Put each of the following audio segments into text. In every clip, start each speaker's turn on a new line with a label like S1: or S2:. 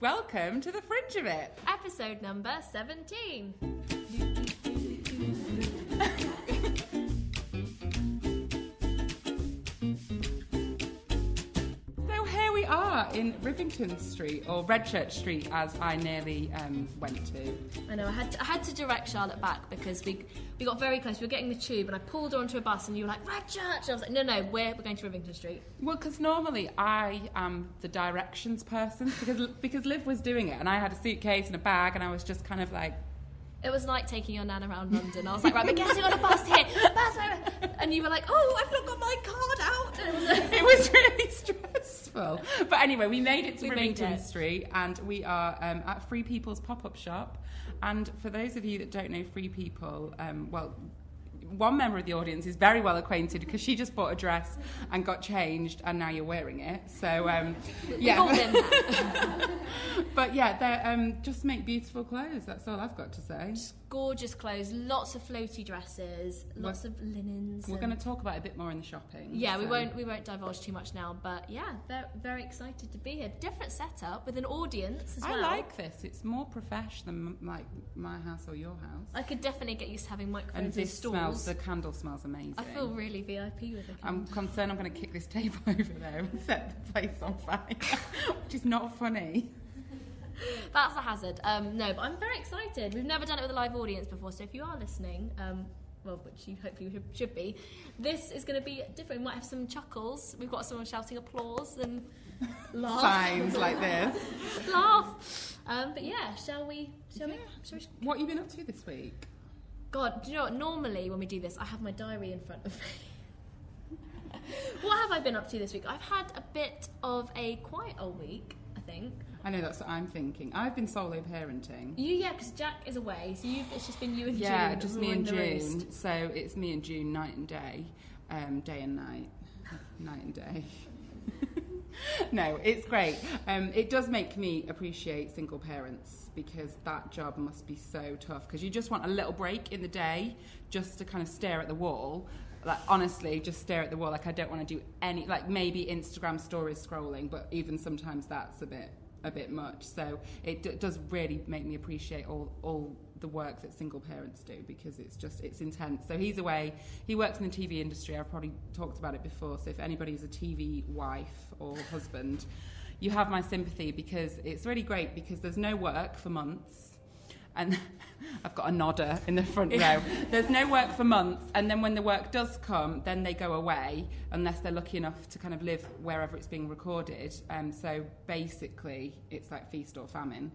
S1: Welcome to the fringe of it.
S2: Episode number 17.
S1: So here we are in Rivington Street, or Redchurch Street, as I nearly um, went to.
S2: I know, I had, to, I had to direct Charlotte back because we we got very close. We were getting the tube and I pulled her onto a bus and you were like, Red Church! And I was like, no, no, we're, we're going to Rivington Street.
S1: Well, because normally I am the directions person because because Liv was doing it, and I had a suitcase and a bag, and I was just kind of like,
S2: It was like taking your nan around London. I was like, right, we're getting on a bus here. Bus, right, And you were like, oh, I've not got my card out. And it was like,
S1: it was really stressful. But anyway, we made it to
S2: We made
S1: Rivington
S2: it.
S1: Street, and we are um, at Free People's pop-up shop. And for those of you that don't know Free People, um, well. One member of the audience is very well acquainted because she just bought a dress and got changed, and now you're wearing it. So, um,
S2: we've
S1: yeah,
S2: all been there.
S1: but yeah, they um, just make beautiful clothes. That's all I've got to say.
S2: Gorgeous clothes, lots of floaty dresses, lots of linens.
S1: We're
S2: and-
S1: going to talk about it a bit more in the shopping.
S2: Yeah, we
S1: so-
S2: won't we won't divulge too much now, but yeah, very, very excited to be here. Different setup with an audience as
S1: I
S2: well.
S1: like this. It's more profesh than like my house or your house.
S2: I could definitely get used to having microphones
S1: and this
S2: stalls.
S1: smells. The candle smells amazing.
S2: I feel really VIP with it.
S1: I'm concerned I'm going to kick this table over there and set the place on fire, which is not funny.
S2: That's a hazard. Um, no, but I'm very excited. We've never done it with a live audience before, so if you are listening, um, well, which you hopefully should- should be, this is going to be different. We might have some chuckles. We've got someone shouting applause and laugh.
S1: Signs like this.
S2: laugh. Um, but yeah, shall we? Shall we? Shall we?
S1: What have you been up to this week?
S2: God, do you know what? Normally when we do this, I have my diary in front of me. what have I been up to this week? I've had a bit of a quiet old week, I think.
S1: I know that's what I'm thinking. I've been solo parenting.
S2: You, yeah, because Jack is away, so you've, it's just been you and
S1: Yeah,
S2: June.
S1: just me and
S2: ruling the
S1: June.
S2: roost.
S1: So it's me and June night and day, um, day and night, night and day. no, it's great. Um, it does make me appreciate single parents because that job must be so tough because you just want a little break in the day just to kind of stare at the wall. Like honestly, just stare at the wall. Like I don't want to do any. Like maybe Instagram stories scrolling, but even sometimes that's a bit a bit much. So it d- does really make me appreciate all all the work that single parents do because it's just it's intense. So he's away. He works in the TV industry. I've probably talked about it before. So if anybody's a TV wife or husband, you have my sympathy because it's really great because there's no work for months. And I've got a nodder in the front row. There's no work for months, and then when the work does come, then they go away unless they're lucky enough to kind of live wherever it's being recorded. Um, so basically, it's like feast or famine,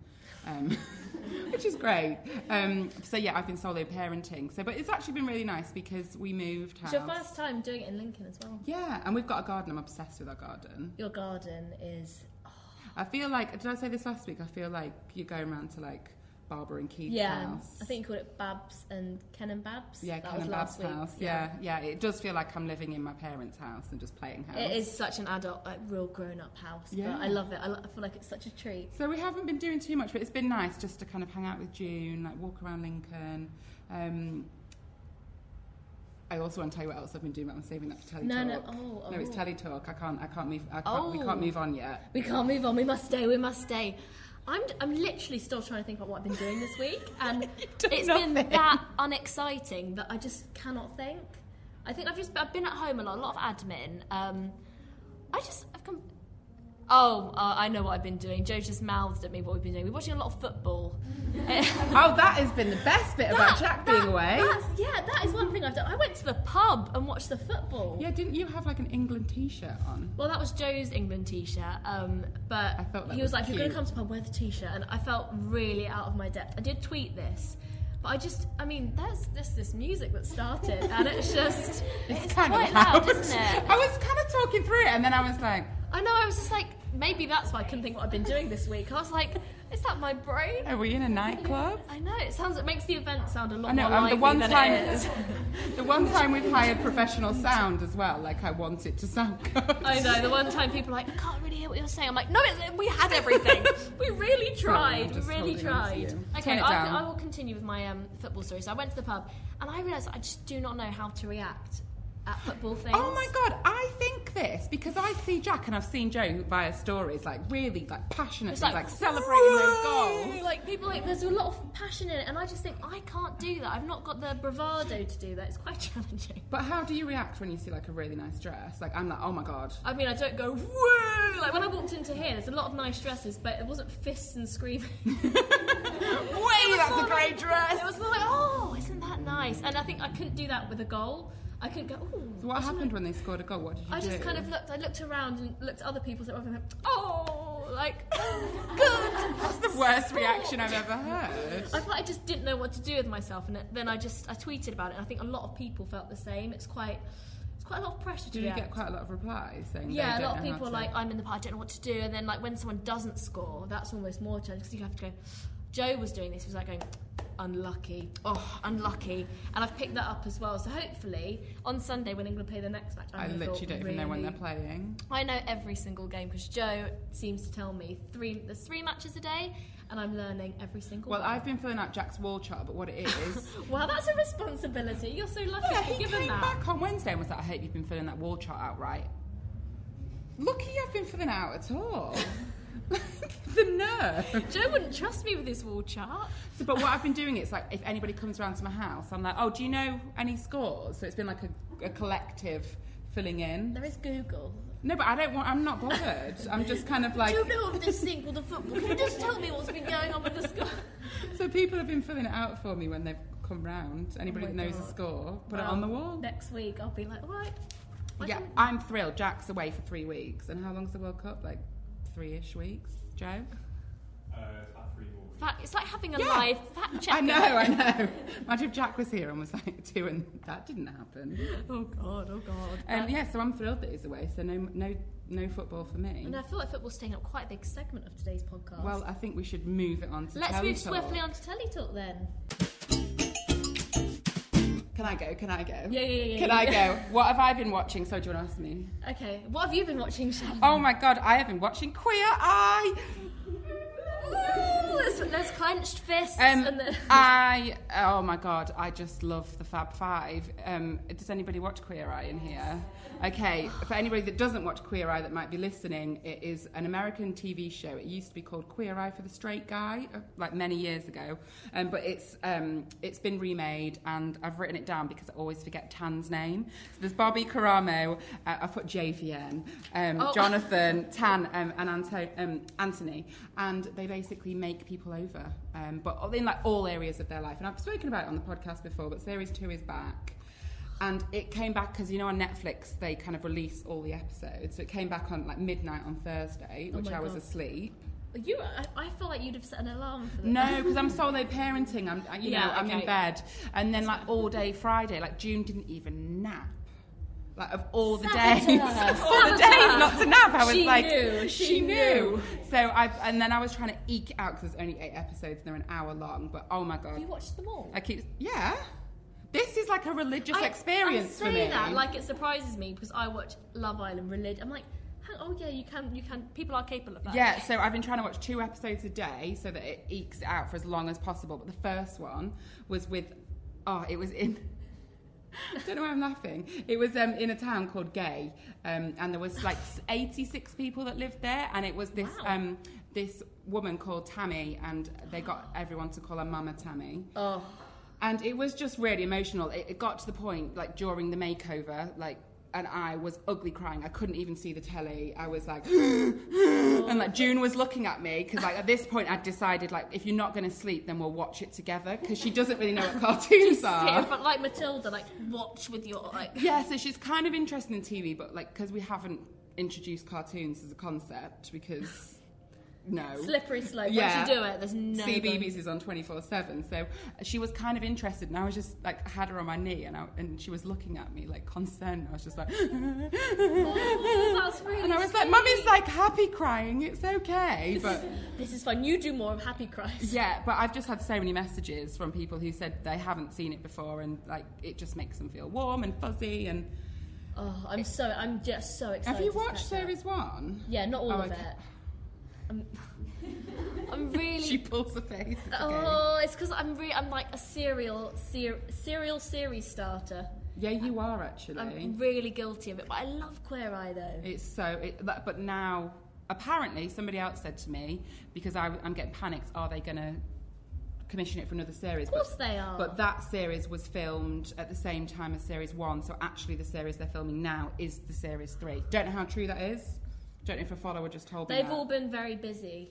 S1: um, which is great. Um, so yeah, I've been solo parenting. So, but it's actually been really nice because we moved house.
S2: It's your first time doing it in Lincoln as well.
S1: yeah, and we've got a garden. I'm obsessed with our garden.
S2: Your garden is.
S1: I feel like did I say this last week? I feel like you're going around to like Barbara and Keith's
S2: yeah,
S1: house.
S2: I think you called it Babs and Ken and Babs.
S1: Yeah,
S2: that
S1: Ken
S2: was
S1: and Bab's
S2: last week.
S1: house. Yeah. yeah, it does feel like I'm living in my parents' house and just playing house.
S2: It is such an adult, like real grown-up house.
S1: Yeah.
S2: But I love it. I, lo- I feel like it's such a treat.
S1: So we haven't been doing too much, but it's been nice just to kind of hang out with June, like walk around Lincoln. Um, I also want to tell you what else I've been doing, but I'm saving that for Tally
S2: No, no,
S1: Talk.
S2: oh,
S1: No, it's
S2: oh.
S1: Tally Talk. I can't, I can't move. I can't, We
S2: Oh.
S1: can't move on yet.
S2: We can't move on. We must stay. We must stay. I'm, I'm literally still trying to think about what I've been doing this week, and
S1: done
S2: it's been
S1: nothing.
S2: that unexciting that I just cannot think. I think I've just I've been at home a lot, a lot of admin. Um, I just I've come. Oh, uh, I know what I've been doing. Joe just mouthed at me what we've been doing. We're watching a lot of football.
S1: Oh, that has been the best bit about Jack being
S2: that-
S1: away.
S2: That's, yeah, that is one thing I've done. I went to the pub and watched the football.
S1: Yeah, didn't you have like an England T-shirt on?
S2: Well, that was Joe's England T-shirt, um, but
S1: I felt that
S2: he was,
S1: was
S2: like, "If you're going
S1: cute.
S2: to come to pub, wear the T-shirt," and I felt really out of my depth. I did tweet this, but I just, I mean, there's this this music that started, and it's just it's,
S1: kind
S2: quite
S1: of
S2: loud,
S1: loud.
S2: isn't it?
S1: I was kind of talking through it, and then I was like,
S2: I know. I was just like, maybe that's why I couldn't think what I've been doing this week. I was like, is that my brain?
S1: "Are we in a nightclub?"
S2: I know. It sounds. It makes the event sound a lot
S1: I know.
S2: more
S1: And
S2: lively
S1: the one
S2: than
S1: time,
S2: it is.
S1: the one time we've hired professional sound as well. Like I want it to sound good.
S2: I know. The one time people are like, I can't really hear what you're saying. I'm like, no, it's, we had everything. we really
S1: Sorry, I'm
S2: tried. We
S1: just
S2: really
S1: holding on to you.
S2: tried.
S1: Turn
S2: Okay,
S1: it
S2: I,
S1: down.
S2: I will continue with my um, football story. So I went to the pub and I realised I just do not know how to react at football things.
S1: Oh my god, I think this because I see Jack and I've seen Joe via stories, like really like passionate,
S2: It's
S1: like,
S2: like,
S1: like celebrating those
S2: Ooh,
S1: goals.
S2: Like people, like there's a lot of passion in it, and I just think I can't do that. I've not got the bravado to do that. It's quite challenging.
S1: But how do you react when you see like a really nice dress? Like I'm like, oh my god.
S2: I mean, I don't go woo. Like when I walked into here, there's a lot of nice dresses, but it wasn't fists and screaming.
S1: Wait, that's a great dress.
S2: It was more like, oh, isn't that nice? And I think I couldn't do that with a goal. I couldn't go. Oh,
S1: So what happened when they scored a goal? What did you
S2: I
S1: do?
S2: just kind of looked. I looked around and looked at other people's that were like, oh, like good.
S1: That's the worst
S2: Sport.
S1: reaction I've ever heard.
S2: I felt I just didn't know what to do with myself, and then I just I tweeted about it. And I think a lot of people felt the same. It's quite it's quite a lot of pressure to
S1: Did you
S2: react.
S1: get quite a lot of replies saying they
S2: yeah, a
S1: don't
S2: lot of
S1: know how
S2: people are
S1: to-
S2: like "Oh, I'm in the part, I don't know what to do, and then like when someone doesn't score, that's almost more challenging because you have to go. Joe was doing this. He was like going. Unlucky, oh, unlucky, and I've picked that up as well. So hopefully on Sunday when England play the next match,
S1: I
S2: I'm gonna
S1: literally
S2: feel
S1: don't even know when
S2: really
S1: they're playing.
S2: I know every single game because Joe seems to tell me three. There's three matches a day, and I'm learning every single.
S1: Well,
S2: one.
S1: I've been filling out Jack's wall chart, but what it is.
S2: Wow, that's a responsibility. You're so lucky
S1: yeah,
S2: to be
S1: he
S2: given
S1: came
S2: that.
S1: back on Wednesday and was like, I hope you've been filling that wall chart out right. Lucky I've been filling it out at all. the nerve.
S2: Joe wouldn't trust me with his wall chart.
S1: So, but what I've been doing is like, if anybody comes around to my house, I'm like, oh, do you know any scores? So it's been like a, a collective filling in.
S2: There is Google.
S1: No, but I don't want, I'm not bothered. I'm just kind of like,
S2: Do you know of this thing called the football? Can you just tell me what's been going on with the score?
S1: so people have been filling it out for me when they've come round. Anybody
S2: Oh
S1: that
S2: my
S1: knows a
S2: God.
S1: score, put it
S2: Well,
S1: on the wall.
S2: Next week, I'll be like, all right. I
S1: Yeah,
S2: can-
S1: I'm thrilled. Jack's away for three weeks. And how long's the World Cup? Like three ish weeks, Joe?
S3: Uh, it's about three more weeks.
S2: Fact, it's like having a
S1: Yeah.
S2: live fact check.
S1: I know, I know. Imagine if Jack was here and was like two, and that didn't happen.
S2: Oh god, oh god.
S1: Um, yeah, so I'm thrilled that he's away. So no, no, no football for me.
S2: And I feel like football's taking up quite a big segment of today's podcast.
S1: Well, I think we should move it on to.
S2: let's move
S1: Teletalk.
S2: swiftly on to Telly Talk then.
S1: Can I go? Can I go?
S2: Yeah, yeah, yeah, yeah.
S1: Can I go? What have I been watching? So do you want to ask me?
S2: Okay, what have you been watching, Shannon?
S1: Oh my God, I have been watching Queer Eye.
S2: Ooh, there's, there's clenched fists and
S1: Um,
S2: the,
S1: I oh my god, I just love the Fab Five. Um, does anybody watch Queer Eye in here? Okay, for anybody that doesn't watch Queer Eye that might be listening, it is an American TV show. It used to be called Queer Eye for the Straight Guy, uh, like many years ago, um, but it's um, it's been remade, and I've written it down because I always forget Tan's name. So there's Bobby Caramo. Uh, I put JVN. Um,
S2: Oh.
S1: Jonathan, Tan, um, and Anto- um, Anthony, and they basically make people over, um, but in like all areas of their life. And I've spoken about it on the podcast before, but series two is back, and it came back because you know on Netflix they kind of release all the episodes, so it came back on like midnight on Thursday,
S2: Oh
S1: which
S2: my
S1: I was
S2: God.
S1: asleep.
S2: You, I, I feel like you'd have set an alarm for that.
S1: No, because I'm solo parenting. I'm, I- you
S2: Yeah,
S1: know, I'm
S2: okay.
S1: in bed, and then like all day Friday, like June didn't even nap. Like of all the
S2: Sabotage.
S1: days, of all the days
S2: Sabotage.
S1: not to nap. I was
S2: She
S1: like,
S2: knew, she knew.
S1: So I, and then I was trying to eke out because there's only eight episodes and they're an hour long. But oh my
S2: Have you
S1: god,
S2: watched them all?
S1: I keep yeah. This is like a religious
S2: I-
S1: experience
S2: I say
S1: for me.
S2: that like it surprises me because I watch Love Island religion. I'm like, hang, oh yeah, you can, you can. People are capable of that.
S1: Yeah, so I've been trying to watch two episodes a day so that it ekes it out for as long as possible. But the first one was with, oh, it was in. I don't know why I'm laughing. It was um, in a town called Gay, um, and there was like 86 people that lived there, and it was this
S2: Wow.
S1: um, this woman called Tammy, and they got everyone to call her Mama Tammy.
S2: Oh,
S1: And it was just really emotional. It, it got to the point, like during the makeover, like, and I was ugly crying. I couldn't even see the telly. I was like, and like June was looking at me because like at this point I'd decided like if you're not going to sleep, then we'll watch it together because she doesn't really know what cartoons
S2: sit in
S1: are.
S2: front, like Matilda, like watch with your like.
S1: Yeah, so she's kind of interested in TV, but like because we haven't introduced cartoons as a concept because no,
S2: Slippery slope.
S1: Yeah.
S2: Once you do it, there's no.
S1: CBeebies is on 24 7. So she was kind of interested, and I was just like, had her on my knee, and, I, and she was looking at me like concerned. I was just like,
S2: Oh, that's really.
S1: and I was like,
S2: sweet.
S1: Mummy's like happy crying, it's okay.
S2: This
S1: But
S2: is, this is fun. You do more of Happy Christ.
S1: yeah, but I've just had so many messages from people who said they haven't seen it before, and like it just makes them feel warm and fuzzy. And
S2: Oh, I'm so, I'm just so excited.
S1: have you
S2: to catch
S1: watched
S2: up.
S1: series one?
S2: Yeah, not all
S1: Oh,
S2: of
S1: okay.
S2: it. I'm, I'm really.
S1: She pulls her face. It's okay.
S2: Oh, it's because I'm re- I'm like a serial ser- serial series starter.
S1: Yeah, you are actually.
S2: I'm really guilty of it, but I love Queer Eye though.
S1: It's so, it, that- but now apparently somebody else said to me because I, I'm getting panicked. Are they going to commission it for another series?
S2: of course
S1: But,
S2: they are.
S1: but that series was filmed at the same time as series one, so actually the series they're filming now is the series three. Don't know how true that is. Don't know if a follower just told me.
S2: They've
S1: that.
S2: all been very busy,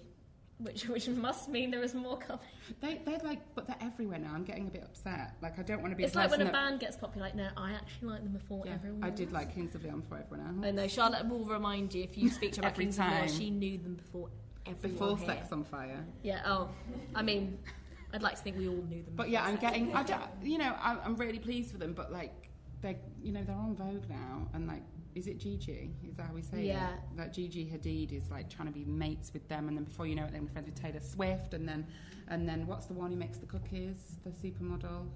S2: which which must mean there is more coming.
S1: They, they're like, but they're everywhere now. I'm getting a bit upset. Like I don't want to be.
S2: It's
S1: a
S2: like when
S1: person
S2: a
S1: that-
S2: band gets popular, like, no, I actually like them before
S1: Yeah,
S2: everyone.
S1: I did
S2: else.
S1: like Kings of Leon for everyone
S2: I
S1: else.
S2: know Charlotte will remind you if you speak to her about
S1: Every
S2: Kings of War,
S1: time.
S2: she knew them before everyone.
S1: Before
S2: here.
S1: Sex on Fire.
S2: Yeah. Oh, I mean, I'd like to think we all knew them.
S1: But
S2: before
S1: yeah, I'm
S2: Sex
S1: getting. I
S2: and the
S1: don't,
S2: City.
S1: you know, I'm, I'm really pleased for them. But like, they, you know, they're on Vogue now, and like, is it Gigi? Is that how we say
S2: Yeah.
S1: it? Like Gigi Hadid is like trying to be mates with them, and then before you know it, they're friends with Taylor Swift, and then, and then what's the one who makes the cookies? The supermodel.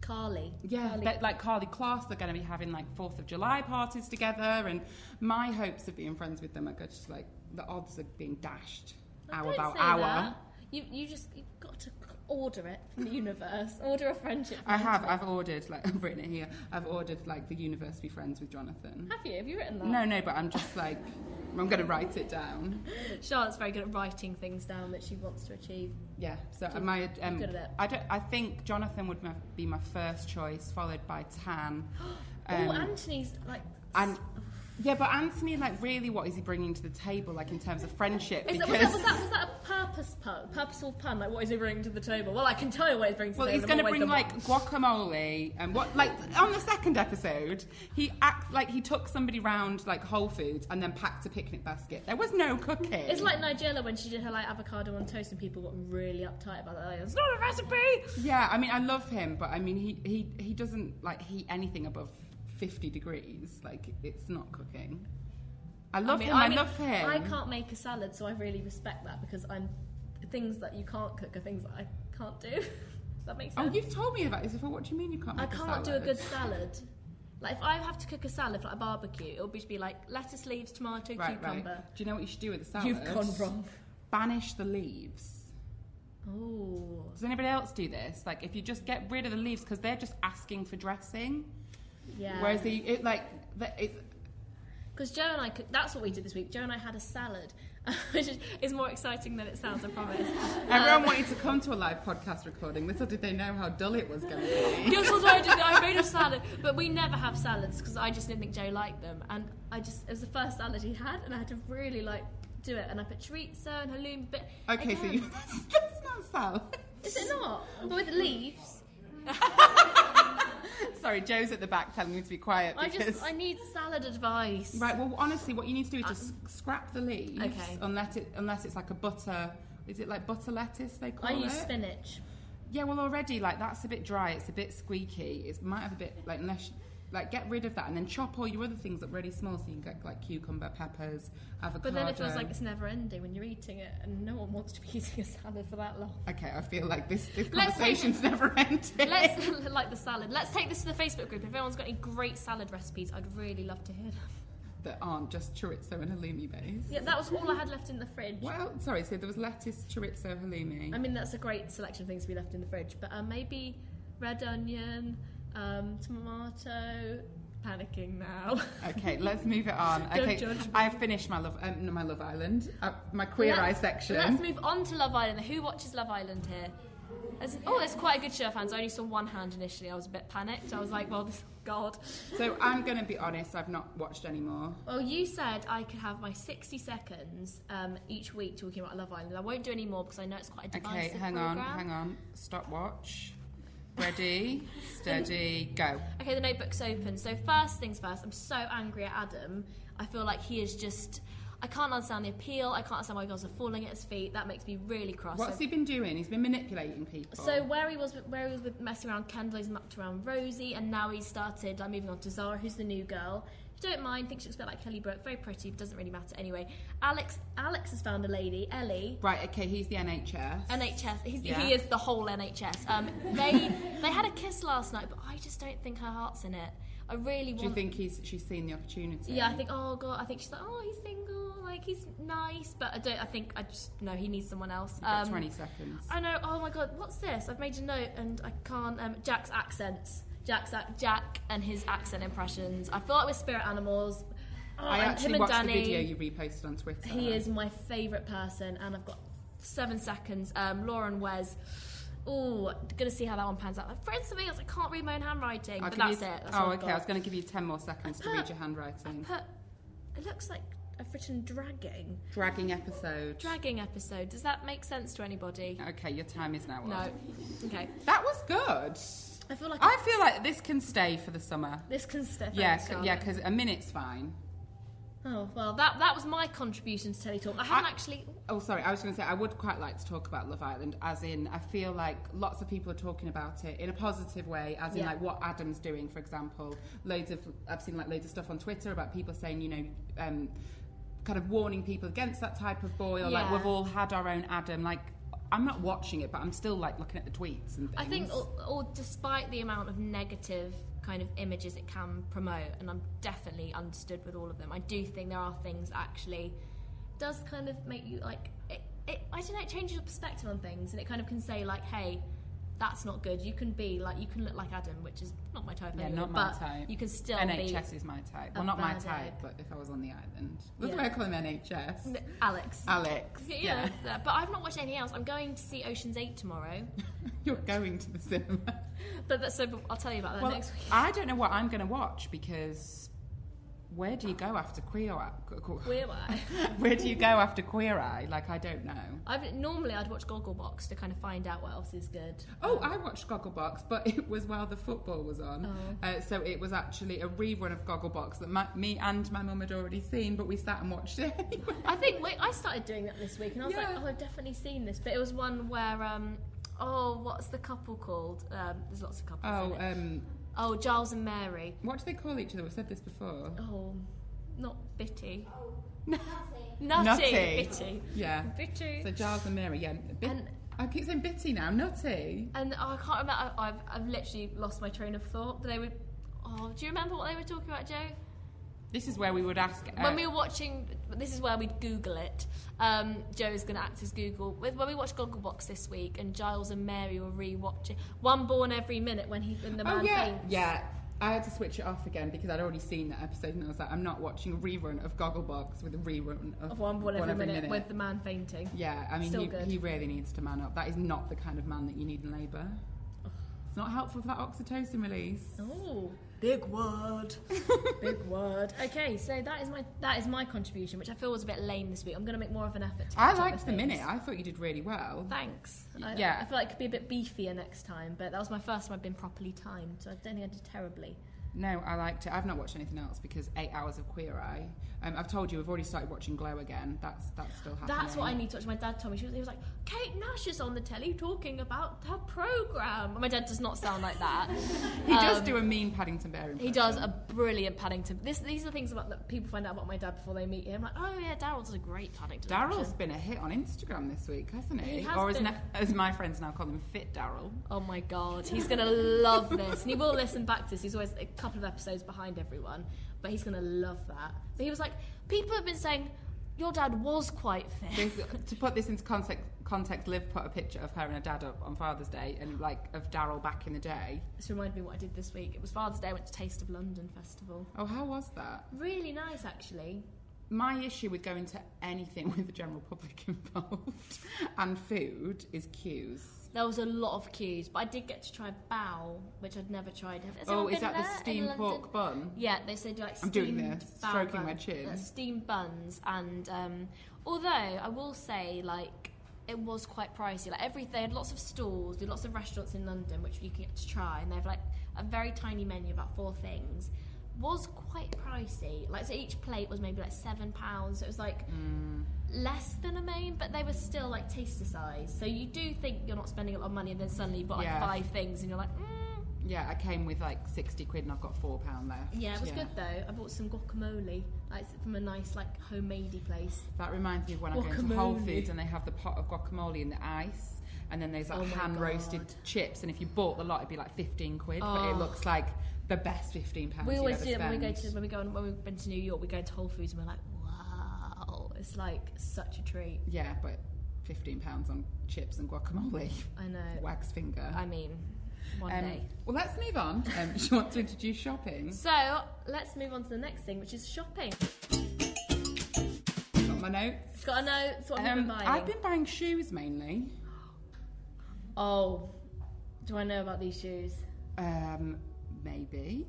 S2: Carly.
S1: Yeah,
S2: Carly.
S1: they- like Carly Kloss, they're going to be having like Fourth of July parties together, and my hopes of being friends with them are just like the odds of being dashed
S2: I
S1: hour
S2: don't
S1: about
S2: say
S1: hour.
S2: that. You you just you've got to order it from the universe. Order a friendship.
S1: I have.
S2: Have
S1: I've ordered like I've written it here. I've ordered like the universe be friends with Jonathan.
S2: you? Have you written that?
S1: No, no, but I'm just like I'm going to write it down.
S2: Charlotte's very good at writing things down that she wants to achieve.
S1: Yeah. So my um,
S2: Good at it.
S1: I don't. I think Jonathan would ma- be my first choice, followed by Tan.
S2: oh,
S1: Um,
S2: Anthony's like.
S1: and yeah, but Anthony, like, really, what is he bringing to the table, like in terms of friendship?
S2: Is that, was, that, was, that, was that a purpose pun? Purposeful pun? Like, what is he bringing to the table? Well, I can tell you what he's bringing to
S1: Well,
S2: the
S1: he's
S2: table.
S1: going to
S2: I'm
S1: bring
S2: always
S1: like guacamole and what, like on the second episode, he act like he took somebody round like Whole Foods and then packed a picnic basket. There was no cooking.
S2: the- It's like Nigella when she did her like avocado on toast and people got really uptight about that. Like, it's not a recipe.
S1: yeah, I mean, I love him, but I mean, he he he doesn't like heat anything above fifty degrees. Like it's not cooking. I love
S2: mean,
S1: him. I,
S2: mean,
S1: love him.
S2: I can't make a salad, so I really respect that because I'm things that you can't cook are things that I can't do. Does that makes
S1: Oh,
S2: sense.
S1: you've told me about this before. What do you mean you can't?
S2: I
S1: Make
S2: can't do a
S1: salad?
S2: good salad. Like if I have to cook a salad for like a barbecue, it'll be to be like lettuce, leaves, tomato,
S1: Right, right.
S2: cucumber.
S1: Do you know what you should do with the salad?
S2: You've gone wrong.
S1: Banish the leaves.
S2: Oh.
S1: Does anybody else do this? Like, if you just get rid of the leaves because they're just asking for dressing,
S2: Yeah.
S1: whereas the it like the, it's
S2: Because Joe and I, cooked, that's what we did this week. Joe and I had a salad, which is- is more exciting than it sounds, I promise. Um.
S1: everyone wanted to come to a live podcast recording. Little did they know how dull it was going to be.
S2: Guilt was what I did. I made a salad, but we never have salads because I just didn't think Joe liked them. And I just, it was the first salad he had, and I had to really like do it. And I put chorizo and halloumi, but.
S1: Okay, so
S2: again,
S1: you, that's not salad.
S2: Is it not? But with leaves,
S1: Sorry, Joe's at the back telling me to be quiet
S2: I
S1: because.
S2: just, I need salad advice.
S1: Right. Well, honestly, what you need to do is just scrap the leaves,
S2: Okay.
S1: unless it unless it's like a butter. Is it like butter lettuce? They call
S2: I
S1: it.
S2: use spinach.
S1: Yeah, well, already like that's a bit dry. It's a bit squeaky. It might have a bit like unless like get rid of that and then chop all your other things up really small so you can get like cucumber, peppers, avocado.
S2: But then it feels like it's never ending when you're eating it, and no one wants to be eating a salad for that long.
S1: okay. I feel like this this
S2: Let's take-
S1: conversation's never ending.
S2: Let's like the salad. Let's take this to the Facebook group. If anyone's got any great salad recipes, I'd really love to hear them.
S1: that aren't just chorizo and halloumi base.
S2: Yeah, that was all I had left in the fridge.
S1: What else? Sorry, so there was lettuce, chorizo, halloumi.
S2: I mean, that's a great selection of things to be left in the fridge, but uh, maybe red onion, um, tomato. Panicking now.
S1: Okay, let's move it on.
S2: Don't
S1: Okay,
S2: judge me.
S1: I've finished my love, um, no, my Love Island, uh, my Queer Eye
S2: Let's-
S1: section.
S2: Let's move on to Love Island. Who watches Love Island here? There's- oh, there's quite a good show of hands. I only saw one hand initially. I was a bit panicked. I was like, well, this, God.
S1: So I'm going to be honest, I've not watched anymore.
S2: Well, you said I could have my 60 seconds um, each week talking about Love Island. I won't do any more because I know it's quite a
S1: Okay,
S2: divisive
S1: hang on,
S2: program.
S1: hang on. Stopwatch. Ready, steady, go.
S2: Okay, the notebook's open. So first things first, I'm so angry at Adam. I feel like he is just. I can't understand the appeal. I can't understand why girls are falling at his feet. That makes me really cross.
S1: What's
S2: so,
S1: he been doing? He's been manipulating people.
S2: so where he was, with- where he was with messing around Kendall, he's mucked around Rosie, and now he's started. like, moving on to Zara, who's the new girl. If you don't mind, thinks she looks a bit like Kelly Brook, very pretty, but doesn't really matter anyway. Alex, Alex has found a lady, Ellie.
S1: right, okay, he's the
S2: Um,
S1: NHS.
S2: NHS. He's,
S1: Yeah.
S2: He is the whole NHS. Um, they they had a kiss last night, but I just don't think her heart's in it. I really
S1: Do you
S2: want.
S1: think he's she's seen the opportunity?
S2: yeah, I think. Oh god, I think she's like, oh, he's single, like he's nice, but I don't. I think I just no. He needs someone else. Um,
S1: You've got 20 seconds.
S2: I know. Oh my god, what's this? I've made a note and I can't. Um, Jack's accents. Jack's ac- Jack and his accent impressions. I feel like we're spirit animals. Oh,
S1: I
S2: and him
S1: actually
S2: and
S1: watched
S2: Danny,
S1: the video you reposted on Twitter.
S2: He is my favourite person, and I've got seven seconds. Um, Lauren Wes. Ooh, gonna see how that one pans out. Like, friends to me, I was like, can't read my own handwriting,
S1: I'll
S2: but
S1: give
S2: that's
S1: you,
S2: it. That's all
S1: oh,
S2: I've
S1: okay. I
S2: got.
S1: was going to give you 10 more seconds to
S2: put-
S1: read your
S2: I
S1: handwriting.
S2: put. It looks like I've written dragging.
S1: Dragging episode.
S2: Dragging episode. Does that make sense to anybody?
S1: okay, your time is now up.
S2: No. Okay.
S1: That was good.
S2: I feel like
S1: I feel like this can stay for the summer.
S2: this can step.
S1: Yeah,
S2: out,
S1: c-
S2: can't
S1: yeah,
S2: it?
S1: because a minute's fine.
S2: Oh well, that that was my contribution to Teletalk. I haven't
S1: I-
S2: actually.
S1: Oh, sorry. I was going to say I would quite like to talk about Love Island, as in I feel like lots of people are talking about it in a positive way, as in
S2: Yeah.
S1: like what Adam's doing, for example. Loads of I've seen like loads of stuff on Twitter about people saying, you know, um, kind of warning people against that type of boy, or like
S2: Yeah.
S1: we've all had our own Adam. Like I'm not watching it, but I'm still like looking at the tweets and things.
S2: I think, or, or despite the amount of negative kind of images it can promote, and I'm definitely understood with all of them. I do think there are things that actually does kind of make you like. It, it, I don't know. It changes your perspective on things, and it kind of can say like, hey. That's not good. You can be like you can look like Adam, which is not my type.
S1: Yeah,
S2: anyway,
S1: not my
S2: but
S1: type.
S2: You can still be
S1: NHS is my type. Well,
S2: a
S1: not my
S2: bad
S1: type,
S2: egg.
S1: but if I was on the island, that's
S2: Yeah.
S1: why I call him NHS.
S2: Alex.
S1: Alex.
S2: Yeah, uh, but I've not watched anything else. I'm going to see Ocean's Eight tomorrow,
S1: You're going to the cinema.
S2: but that's so. I'll tell you about that
S1: Well,
S2: next week.
S1: I don't know what I'm going to watch because where do you go after Queer Eye? Qu- qu-
S2: Where were I?
S1: Where do you go after Queer Eye? Like, I don't know.
S2: I've, normally I'd watch Gogglebox to kind of find out what else is good.
S1: Oh,
S2: Um,
S1: I watched Gogglebox, but it was while the football was on.
S2: Oh.
S1: Uh, so it was actually a rerun of Gogglebox that my, me and my mum had already seen, but we sat and watched it anyway.
S2: I think wait, I started doing that this week, and I was
S1: Yeah.
S2: like, oh, I've definitely seen this. But it was one where, um, oh, what's the couple called? Um, there's lots of couples. in
S1: Oh,
S2: it.
S1: um,
S2: oh, Giles and Mary.
S1: what do they call each other? We've said this before.
S2: Oh, not Bitty.
S4: Nothing.
S2: Nutty.
S1: Nutty.
S2: Bitty.
S1: Yeah.
S2: Bitty.
S1: So Giles and Mary, yeah. Bit,
S2: and
S1: I keep saying bitty now, nutty.
S2: and oh, I can't remember. I, I've I've literally lost my train of thought. But they were. Oh, do you remember what they were talking about, Joe?
S1: This is where we would ask. uh,
S2: when we were watching, this is where we'd Google it. Um, Joe's going to act as Google. With- When we watched Gogglebox this week, and Giles and Mary were re-watching One Born Every Minute when he when the man
S1: oh yeah,
S2: faints.
S1: yeah. I had to switch it off again because I'd already seen that episode, and I was like, I'm not watching a rerun of Gogglebox with a rerun of,
S2: of One Born Every, minute, with the man fainting.
S1: Yeah, I mean,
S2: Still
S1: he,
S2: good.
S1: he really needs to man up. That is not the kind of man that you need in labour. It's not helpful for that oxytocin release.
S2: Oh, big word, big word. Okay, so that is my that is my contribution, which I feel was a bit lame this week. I'm going to make more of an effort. To
S1: I
S2: catch up
S1: liked
S2: with
S1: the
S2: things.
S1: minute. I thought you did really well.
S2: Thanks. I,
S1: Yeah.
S2: I feel like it could be a bit beefier next time, but that was my first time I've been properly timed, so I don't think I did terribly.
S1: No, I liked it. I've not watched anything else because eight hours of Queer Eye. Um, I've told you, we've already started watching Glow again. That's that's still happening.
S2: That's what I need to watch. My dad told me. She was, he was like, Kate Nash is on the telly talking about her programme. My dad does not sound like that.
S1: He does
S2: Um,
S1: do a mean Paddington Bear impression.
S2: He does a brilliant Paddington. This, these are the things about that people find out about my dad before they meet him. Like, oh yeah, Daryl's a great Paddington.
S1: Daryl's
S2: impression."
S1: been a hit on Instagram this week, hasn't he?
S2: He has
S1: or as,
S2: been.
S1: na- as my friends now call him, Fit Daryl.
S2: Oh my god, he's gonna love this, and he will listen back to this. He's always a couple of episodes behind everyone, but he's gonna love that. But he was like, people have been saying your dad was quite fit.
S1: This- to put this into context, context, Liv put a picture of her and her dad up on Father's Day, and like of Daryl back in the day.
S2: This reminded me what I did this week. It was Father's Day. I went to Taste of London festival.
S1: Oh, how was that?
S2: Really nice, actually.
S1: My issue with going to anything with the general public involved and food is queues.
S2: There was a lot of queues, but I did get to try bao, which I'd never tried. Has
S1: oh,
S2: anyone
S1: is
S2: been
S1: that the
S2: there in
S1: steamed
S2: London?
S1: pork bun?
S2: Yeah, they said like
S1: I'm
S2: steamed
S1: doing this,
S2: bao
S1: stroking my
S2: bun-
S1: chin.
S2: uh, steamed buns, and um, although I will say like it was quite pricey. Like every they had lots of stalls, there were lots of restaurants in London which you can get to try, and they have like a very tiny menu about four things. Was quite pricey. Like so, each plate was maybe like seven pounds. So it was like
S1: Hmm.
S2: less than a main, but they were still like taster size. So you do think you're not spending a lot of money, and then suddenly you've got like
S1: Yeah.
S2: five things, and you're like, mm.
S1: Yeah, I came with like sixty quid and I've got four pound left.
S2: yeah, it was good though. I bought some guacamole, like it's from a nice like homemadey place.
S1: That reminds me of when I go into Whole
S2: Guacamole.
S1: Foods and they have the pot of guacamole and the ice, and then there's like
S2: Oh my
S1: hand roasted
S2: God.
S1: chips. And if you bought the lot, it'd be like 15 quid, but it
S2: Oh.
S1: looks like the best 15 pounds.
S2: we
S1: you'll
S2: always
S1: ever
S2: do that when we go
S1: spend.
S2: to when we go on, when we've been to New York, we go to Whole Foods and we're like, wow, it's like such a treat.
S1: Yeah, but 15 pounds on chips and guacamole,
S2: I know.
S1: wax finger.
S2: I mean, One
S1: Um,
S2: day.
S1: Well, let's move on. Um, do you want to introduce shopping?
S2: So let's move on to the next thing, which is shopping.
S1: Got my notes.
S2: Got to know so what have you been
S1: Um,
S2: buying?
S1: I've been buying shoes mainly.
S2: Oh, do I know about these shoes?
S1: Um, maybe.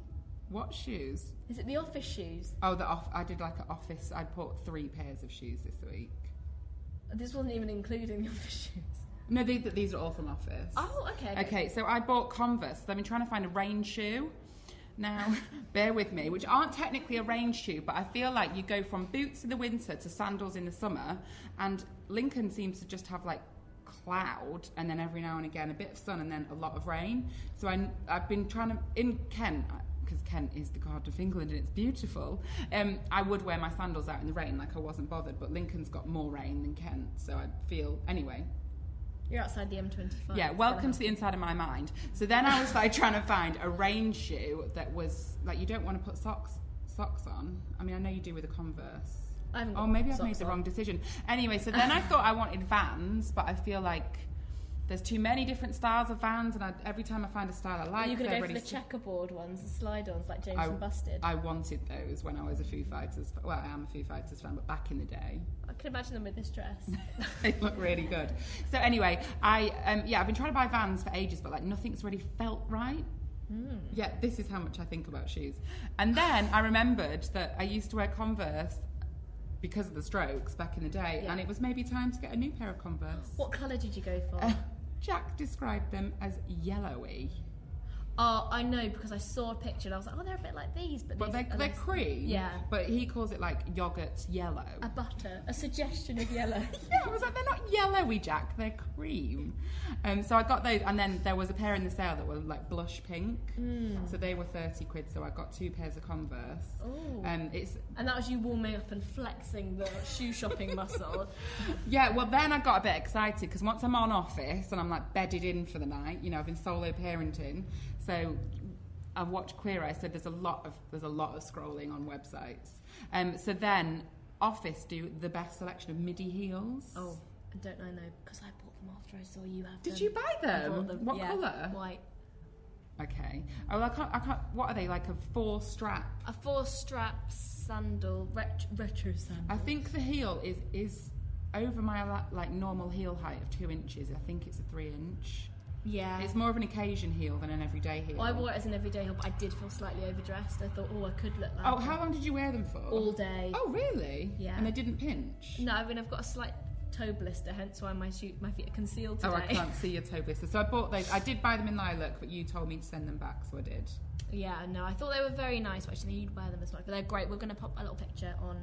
S1: What shoes?
S2: Is it the office shoes?
S1: Oh, the off. I did like an office. I bought three pairs of shoes this week.
S2: This wasn't even including the office shoes.
S1: No, these, these are all from office.
S2: Oh, okay.
S1: Okay, so I bought Converse. I've been trying to find a rain shoe. Now, bear with me, which aren't technically a rain shoe, but I feel like you go from boots in the winter to sandals in the summer, and Lincoln seems to just have like cloud and then every now and again a bit of sun and then a lot of rain. So I, I've been trying to, in Kent, because Kent is the Cardiff of England and it's beautiful, um, I would wear my sandals out in the rain, like I wasn't bothered, but Lincoln's got more rain than Kent, so I feel, anyway,
S2: You're outside the M25.
S1: yeah,
S2: It's
S1: welcome
S2: gonna
S1: to the inside of my mind. So then I was like trying to find a rain shoe that was like you don't want to put socks socks on. I mean, I know you do with a Converse.
S2: happen. I haven't got
S1: Oh, maybe I've
S2: socks
S1: made the
S2: on.
S1: wrong decision. Anyway, so then I thought I wanted Vans, but I feel like there's too many different styles of Vans, and I, every time I find a style I like,
S2: Are you going
S1: they're
S2: to go for
S1: really
S2: the checkerboard ones, the slide-ons like James
S1: I-
S2: and Busted? I,
S1: I wanted those when I was a Foo Fighters. Well, I am a Foo Fighters fan, but back in the day,
S2: can imagine them with this dress.
S1: they look really good. So anyway, I um, yeah, I've been trying to buy Vans for ages, but like nothing's really felt right.
S2: Hmm.
S1: Yeah, this is how much I think about shoes. And then I remembered that I used to wear Converse because of the strokes back in the day,
S2: Yeah.
S1: and it was maybe time to get a new pair of Converse.
S2: what colour did you go for?
S1: Uh, Jack described them as yellowy,
S2: oh, I know because I saw a picture and I was like, oh, they're a bit like these, but,
S1: but
S2: these
S1: they're,
S2: are
S1: they're
S2: less-
S1: cream.
S2: Yeah.
S1: But he calls it like yogurt yellow.
S2: a butter, a suggestion of yellow.
S1: yeah, I was like, they're not yellowy, Jack. They're cream. Um, so I got those, and then there was a pair in the sale that were like blush pink. So they were thirty quid. So I got two pairs of Converse.
S2: Mm. Ooh.
S1: Um, it's
S2: and that was you warming up and flexing the shoe shopping muscle.
S1: yeah. Well, then I got a bit excited because once I'm on office and I'm like bedded in for the night, you know, I've been solo parenting, so. I've watched Queer Eye, so there's a lot of there's a lot of scrolling on websites. Um, so then, Office do the best selection of midi heels.
S2: Oh, I don't know, though, because I bought them after I saw you have
S1: did
S2: them.
S1: you buy
S2: I bought
S1: them?
S2: them,
S1: What
S2: yeah,
S1: colour?
S2: White.
S1: Okay. Oh, I can't. I can't. What are they like? A four strap.
S2: A four strap sandal, ret- retro sandal.
S1: I think the heel is is over my la- like normal heel height of two inches. I think it's a three inch.
S2: Yeah.
S1: It's more of an occasion heel than an everyday heel.
S2: Well, Uh, I wore it as an everyday heel, but I did feel slightly overdressed. I thought, oh, I could look like
S1: Oh,
S2: that
S1: how long did you wear them for?
S2: all day.
S1: Oh, really?
S2: Yeah.
S1: And they didn't pinch.
S2: No, I mean I've got a slight toe blister, hence why my shoe, my feet are concealed today.
S1: Oh, I can't see your toe blister. So I bought those. I did buy them in lilac, but you told me to send them back, so I did.
S2: yeah, no, I thought they were very nice. But actually, you'd wear them as much, but they're great. We're going to pop a little picture on.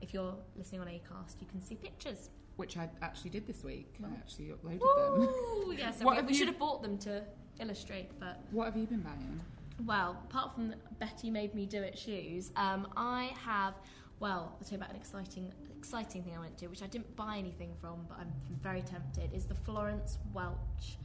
S2: If you're listening on Acast, you can see pictures.
S1: Which I actually did this week. I actually uploaded them.
S2: Woo! Yeah, so
S1: What
S2: we,
S1: have
S2: we
S1: you-
S2: should have bought them to illustrate, but
S1: What have you been buying?
S2: Well, apart from the Betty made me do it shoes, um, I have. Well, I'll tell you about an exciting, exciting thing I went to, which I didn't buy anything from, but I'm very tempted. Is the Florence Welch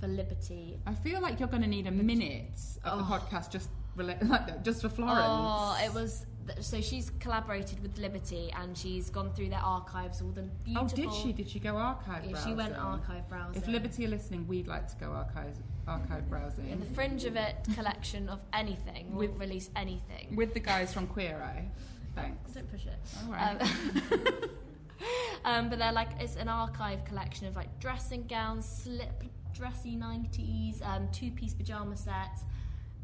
S2: for Liberty?
S1: I feel like you're going to need a minute of the
S2: Oh.
S1: podcast just rela- like that, just for Florence.
S2: Oh, it was. th- So she's collaborated with Liberty, and she's gone through their archives, all the beautiful.
S1: Oh, did she? Did she go archive?
S2: Yeah, she went
S1: browsing?
S2: archive browsing.
S1: If Liberty are listening, we'd like to go archive archive
S2: Yeah, the
S1: browsing
S2: fringe of it collection of anything will release anything.
S1: with the guys from Queer Eye. Thanks.
S2: Don't push it.
S1: All right.
S2: Um, um, but they're like it's an archive collection of like dressing gowns, slip dressy nineties, um, two-piece pajama sets.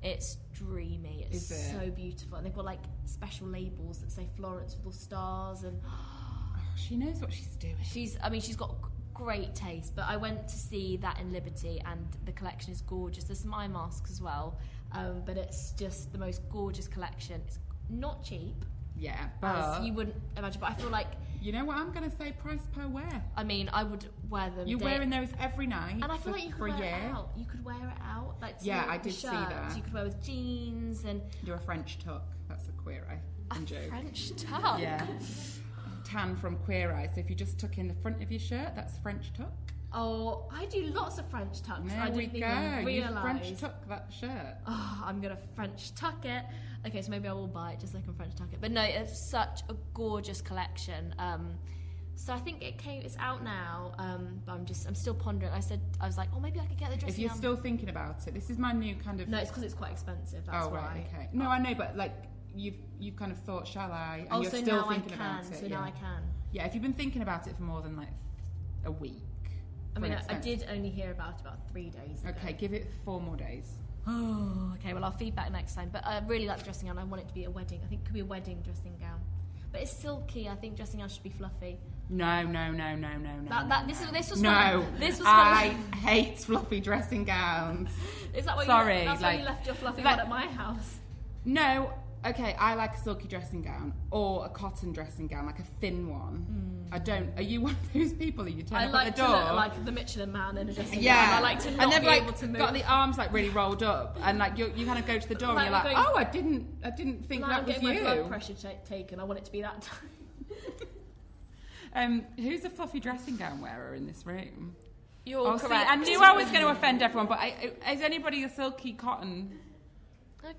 S2: It's dreamy. It's
S1: Is it?
S2: so beautiful, and they've got like special labels that say Florence with all stars, and
S1: Oh, she knows what she's doing.
S2: she's. I mean, she's got g- great taste. But I went to see that in Liberty, and the collection is gorgeous. There's some eye masks as well, um, but it's just the most gorgeous collection. It's not cheap,
S1: Yeah, but
S2: as you
S1: you,
S2: wouldn't imagine. But I feel like
S1: know what I'm going to say? Price per wear.
S2: I mean, I would wear them.
S1: You're
S2: day-
S1: wearing those every night,
S2: and I
S1: for,
S2: feel like you could
S1: for a
S2: wear
S1: year.
S2: it out. You could wear it out. Like
S1: Yeah,
S2: so
S1: I
S2: the
S1: did see that.
S2: shirts You could wear with jeans and
S1: You're a French tuck. That's a Queer Eye
S2: a
S1: joke.
S2: French tuck.
S1: Yeah. Tan from Queer Eye. So if you just tuck in the front of your shirt, that's French tuck.
S2: Oh, I do lots of French tucks.
S1: There
S2: I
S1: we
S2: didn't
S1: go.
S2: even
S1: You
S2: realise.
S1: French tuck that shirt.
S2: Oh, I'm gonna French tuck it. Okay, so maybe I will buy it just like I can French tuck it. But no, it's such a gorgeous collection. Um, So I think it came. It's out now, um, but I'm just I'm still pondering. I said I was like, oh, maybe I could get the dressing.
S1: If you're
S2: gown.
S1: still thinking about it, this is my new kind of.
S2: no, it's because it's quite expensive. That's
S1: oh right,
S2: why.
S1: okay. No, I know, but like you've you've kind of thought, shall I? And
S2: Oh,
S1: you're
S2: so
S1: still
S2: now I
S1: thinking
S2: can.
S1: about it.
S2: so
S1: yeah.
S2: now I can.
S1: yeah, if you've been thinking about it for more than like a week.
S2: I
S1: for
S2: mean,
S1: an
S2: I, I
S1: expense-
S2: did only hear about it about three days ago.
S1: Okay, give it four more days.
S2: Oh, okay. Well, I'll feedback next time. But I really like the dressing gown. I want it to be a wedding. I think it could be a wedding dressing gown. But it's silky. I think dressing gown should be fluffy.
S1: No, no, no, no, no, no.
S2: That, that, this, is- this was
S1: no,
S2: From, this was
S1: I hate fluffy dressing gowns.
S2: From, is that why
S1: sorry,
S2: You, that's why you
S1: like-
S2: left your fluffy
S1: like-
S2: one at my house.
S1: No, okay, I like a silky dressing gown or a cotton dressing gown, like a thin one. I don't. Are you one of those people that you turn
S2: Hmm. I
S1: up
S2: like
S1: at the door?
S2: to look like the Michelin Man in a dressing
S1: yeah,
S2: gown. I like to not
S1: and they've
S2: be
S1: like
S2: able to move.
S1: got the arms like really rolled up, and like you, you kind of go to the door and
S2: Like
S1: you're like,
S2: I'm
S1: oh, I didn't, I didn't think
S2: Like, I'm
S1: that was
S2: getting my blood
S1: you.
S2: pressure ta- taken. I want it to be that time.
S1: Um, who's a fluffy dressing gown wearer in this room?
S2: You're
S1: oh, see, I knew I was going to offend everyone, but I, I- is anybody a silky cotton?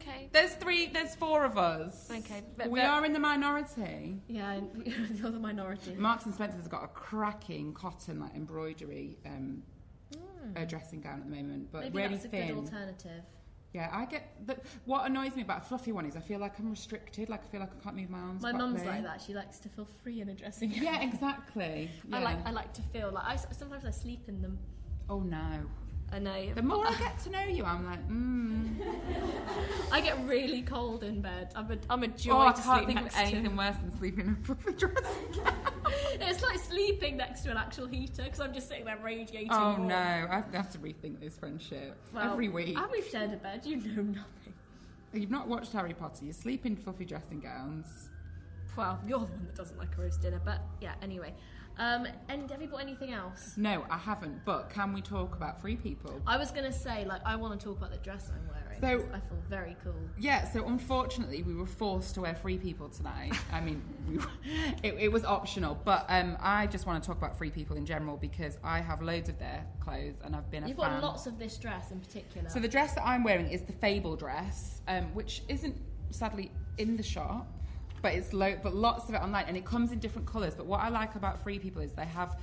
S2: Okay.
S1: There's three, there's four of us.
S2: Okay, but-
S1: we
S2: but-
S1: are in the minority.
S2: Yeah, and you're the minority.
S1: Marks and Spencer's got a cracking cotton like embroidery um, uh, dressing gown at the moment, but
S2: Hmm. Maybe
S1: really
S2: that's a
S1: thin.
S2: good alternative.
S1: yeah, I get the, what annoys me about a fluffy one is I feel like I'm restricted. Like I feel like I can't move my arms.
S2: My mum's
S1: properly.
S2: like that. She likes to feel free in a dressing gown.
S1: Yeah, exactly.
S2: I
S1: Yeah.
S2: like I like to feel like I s- sometimes I sleep in them.
S1: oh no.
S2: I know.
S1: The more I get to know you, I'm like, mm.
S2: I get really cold in bed. I'm a I'm a joy
S1: Oh, I
S2: to
S1: can't
S2: sleep
S1: think of
S2: next
S1: anything worse than sleeping in a proper dressing gown.
S2: to. It's like sleeping next to an actual heater because I'm just sitting there radiating.
S1: Oh
S2: warmth.
S1: no, I have to rethink this friendship
S2: Well,
S1: every week.
S2: And we've shared a bed. You know nothing.
S1: You've not watched Harry Potter. You sleep in fluffy dressing gowns.
S2: Well, you're the one that doesn't like a roast dinner, but yeah. Anyway, um, and have you bought anything else?
S1: No, I haven't. But can we talk about free people?
S2: I was gonna say like I want to talk about the dress I'm wearing.
S1: So-
S2: 'cause I feel very cool.
S1: Yeah, so unfortunately, we were forced to wear free people tonight. I mean, we, it, it was optional, but um, I just want to talk about free people in general because I have loads of their clothes and I've been a
S2: You've
S1: fan.
S2: got lots of this dress in particular.
S1: So the dress that I'm wearing is the Fable dress, um, which isn't sadly in the shop, but it's low, but lots of it online, and it comes in different colours. But what I like about Free People is they have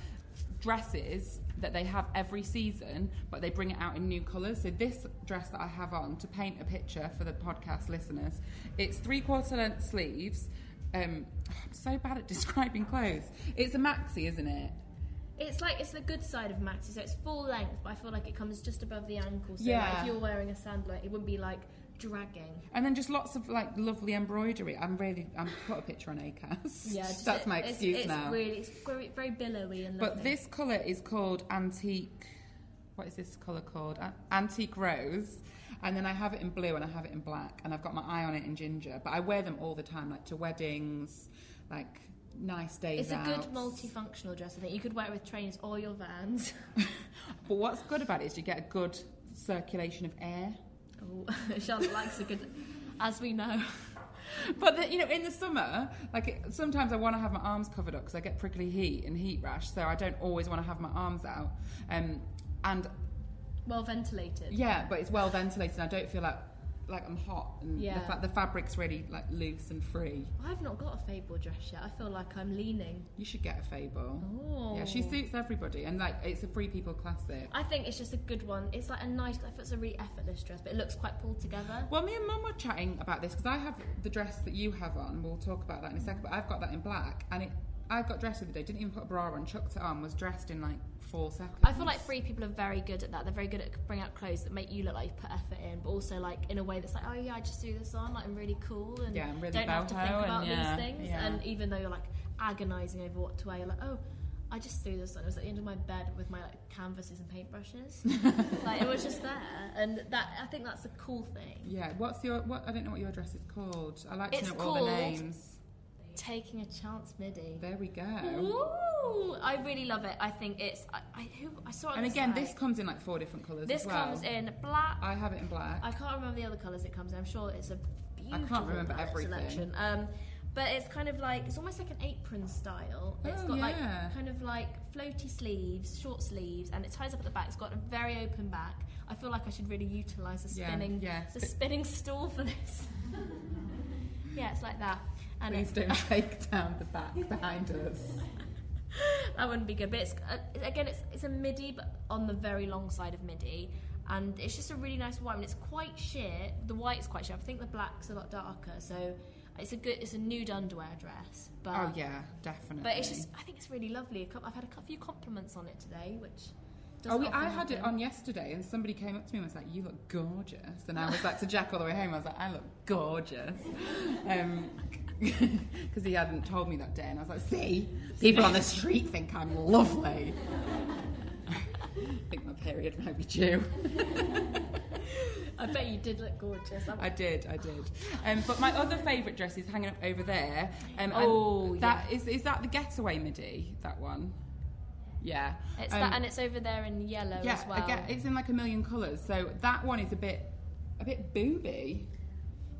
S1: dresses that they have every season, but they bring it out in new colours. So this dress that I have on, to paint a picture for the podcast listeners, it's three quarter length sleeves. Um, I'm so bad at describing clothes. It's a maxi, isn't it?
S2: It's like it's the good side of maxi, so it's full length, but I feel like it comes just above the ankle. So like,
S1: Yeah.
S2: if you're wearing a sandler, it wouldn't be like dragging.
S1: And then just lots of like lovely embroidery. I'm really I'm put a picture on Acast.
S2: Yeah, just
S1: that's
S2: it-
S1: my
S2: it's-
S1: excuse
S2: it's
S1: now.
S2: Really, it's very, very billowy and lovely.
S1: but this color is called antique. What is this color called? A- antique rose. And then I have it in blue and I have it in black and I've got my eye on it in ginger. But I wear them all the time, like to weddings, like nice days
S2: it's a
S1: out.
S2: good multifunctional dress. I think you could wear it with trains or your vans.
S1: But what's good about it is you get a good circulation of air.
S2: oh, Charlotte likes a good, as we know.
S1: But the, you know, in the summer, like it, sometimes I want to have my arms covered up because I get prickly heat and heat rash, so I don't always want to have my arms out. Um, and
S2: Well ventilated.
S1: yeah, but it's well ventilated. and I don't feel like like I'm hot, and the,
S2: Yeah.
S1: fa- the fabric's really like loose and free.
S2: I've not got a fable dress yet. I feel like I'm leaning.
S1: You should get a Fable.
S2: Oh.
S1: Yeah, she suits everybody, and like it's a free people classic.
S2: I think it's just a good one. It's like a nice. I feel it's a really effortless dress, but it looks quite pulled together.
S1: Well, me and Mum were chatting about this because I have the dress that you have on. We'll talk about that in a second. But I've got that in black, and it. I got dressed the other day. Didn't even put a bra on. Chucked it on. Was dressed in like four seconds.
S2: I feel like free people are very good at that. They're very good at bringing out clothes that make you look like you put effort in, but also like in a way that's like, oh yeah, I just threw this on, like I'm really cool and
S1: Yeah, I'm really
S2: don't have to think
S1: boho and
S2: about
S1: yeah,
S2: these things.
S1: yeah.
S2: And even though you're like agonising over what to wear, you're like, oh, I just threw this on. It was at the end of my bed with my like canvases and paintbrushes. like it was just there, and that I think that's a cool thing.
S1: Yeah, what's your what? I don't know what your dress is called. I like
S2: It's
S1: to know all
S2: called-
S1: the names.
S2: Taking a chance, midi.
S1: There we go.
S2: Ooh, I really love it. I think it's I, I, who, I saw it. on
S1: And
S2: the
S1: again, this
S2: site.
S1: comes in like four different colours.
S2: this
S1: as well.
S2: comes in black,
S1: I have it in black.
S2: I can't remember the other colours it comes in. I'm sure it's a beautiful
S1: remember
S2: palette
S1: everything.
S2: selection. Um, but it's kind of like it's almost like an apron style. It's
S1: Oh,
S2: got
S1: yeah.
S2: like kind of like floaty sleeves, short sleeves, and it ties up at the back. It's got a very open back. I feel like I should really utilise the
S1: Yeah,
S2: spinning
S1: yeah.
S2: the spinning stool for this. yeah, it's like that. And
S1: Please don't
S2: it's,
S1: take down the back behind us.
S2: that wouldn't be good. But it's uh, again, it's it's a midi, but on the very long side of midi, and it's just a really nice white. And it's quite sheer. The white's quite sheer. I think the black's a lot darker. So it's a good, it's a nude underwear dress. But
S1: Oh yeah, definitely.
S2: but it's just, I think it's really lovely. A couple, I've had a cou- few compliments on it today, which. doesn't
S1: Oh, we,
S2: often
S1: I had it
S2: happen.
S1: on yesterday, and somebody came up to me and was like, "You look gorgeous," and I was like to Jack all the way home. I was like, "I look gorgeous," because he hadn't told me that day, and I was like, "See, people on the street think I'm lovely." I think my period might be due.
S2: I bet you did look gorgeous.
S1: I did, I did. Um, but my other favourite dress is hanging up over there. Um, and
S2: Oh,
S1: that is is that the getaway midi? That one? Yeah.
S2: It's
S1: Um,
S2: that, and it's over there in yellow
S1: yeah,
S2: Oh, as well.
S1: again, it's in like a million colours. So that one is a bit, a bit booby.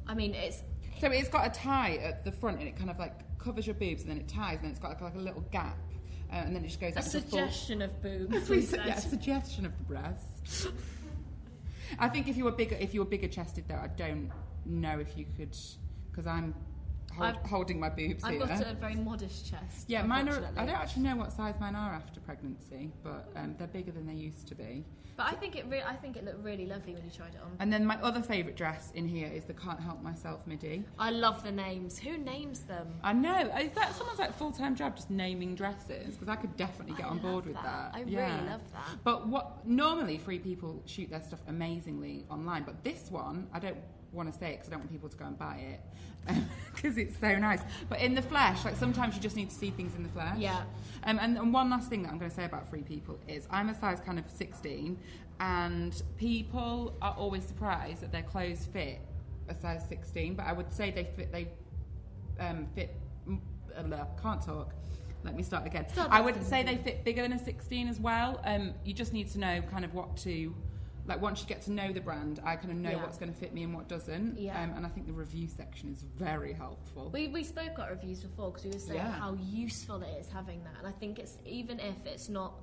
S2: I mean, it's
S1: So it's got a tie at the front, and it kind of like covers your boobs, and then it ties, and then it's got like, like a little gap, uh, and then it just goes.
S2: a
S1: up to full-
S2: suggestion of boobs. we
S1: Please, yeah, a
S2: said.
S1: suggestion of the breast. I think if you were bigger, if you were bigger chested, though, I don't know if you could, because I'm hold,
S2: I've-
S1: holding my boobs
S2: I've
S1: here.
S2: got a very modest chest.
S1: yeah, mine are. I
S2: unfortunately.
S1: don't actually know what size mine are after pregnancy, but um, they're bigger than they used to be.
S2: But I think it. Re- I think it looked really lovely when you tried it on.
S1: And then my other favourite dress in here is the Can't Help Myself midi.
S2: I love the names. Who names them?
S1: I know. Is that someone's like full time job just naming dresses? Because I could definitely get
S2: I
S1: on board
S2: love
S1: with that.
S2: I
S1: Yeah.
S2: really love that.
S1: But what normally free people shoot their stuff amazingly online, but this one I don't want to say it because I don't want people to go and buy it because it's so nice. But in the flesh, like sometimes you just need to see things in the flesh.
S2: Yeah.
S1: Um, and, and one last thing that I'm going to say about free people is I'm a size kind of 16, and people are always surprised that their clothes fit a size 16, but I would say they fit they um, fit. m- Uh, blah, can't talk. Let me start again.
S2: Start
S1: I
S2: back
S1: would
S2: from
S1: say they fit bigger than a 16 as well. Um, you just need to know kind of what to. Like once you get to know the brand, I kind of know
S2: Yeah.
S1: what's going to fit me and what doesn't.
S2: Yeah.
S1: Um, and I think the review section is very helpful.
S2: We, we spoke about reviews before because we were saying
S1: Yeah.
S2: how useful it is having that, and I think it's even if it's not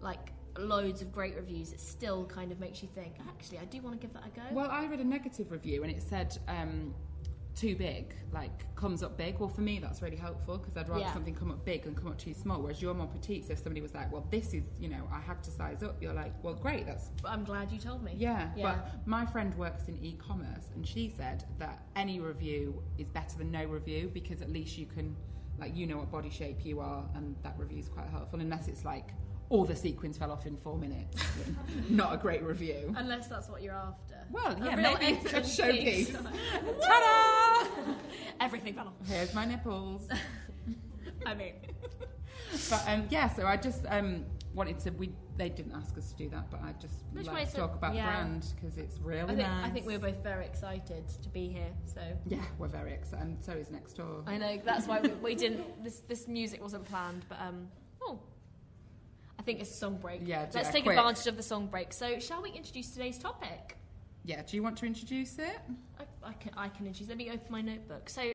S2: like loads of great reviews, it still kind of makes you think. Actually, I do want to give that a go.
S1: Well, I read a negative review and it said um, too big, like comes up big. Well, for me, that's really helpful because I'd rather
S2: Yeah.
S1: something come up big than come up too small. Whereas you're more petite, so if somebody was like, well, this is, you know, I had to size up, you're like, well, great, that's
S2: But I'm glad you told me.
S1: Yeah,
S2: Yeah.
S1: but my friend works in e-commerce and she said that any review is better than no review because at least you can like you know what body shape you are and that review is quite helpful unless it's like all the sequins fell off in 4 minutes. Not a great review.
S2: Unless that's what you're after.
S1: Well,
S2: A
S1: yeah,
S2: real
S1: maybe it's a
S2: entrance
S1: showpiece.
S2: piece.
S1: Ta-da!
S2: Everything fell off.
S1: Here's my nipples.
S2: I mean,
S1: But um yeah, so I just um wanted to we they didn't ask us to do that, but I just
S2: Which
S1: like
S2: makes
S1: to
S2: it-
S1: talk about
S2: yeah.
S1: the brand because it's really
S2: I think,
S1: nice.
S2: I think we were both very excited to be here. So
S1: Yeah, we're very excited. And so is next door.
S2: I know that's why we, we didn't. This this music wasn't planned, but um, oh, I think it's song break.
S1: Yeah, do
S2: let's
S1: that
S2: take
S1: quick.
S2: advantage of the song break. So, shall we introduce today's topic?
S1: Yeah, do you want to introduce it?
S2: I, I can I can introduce. Let me open my notebook. So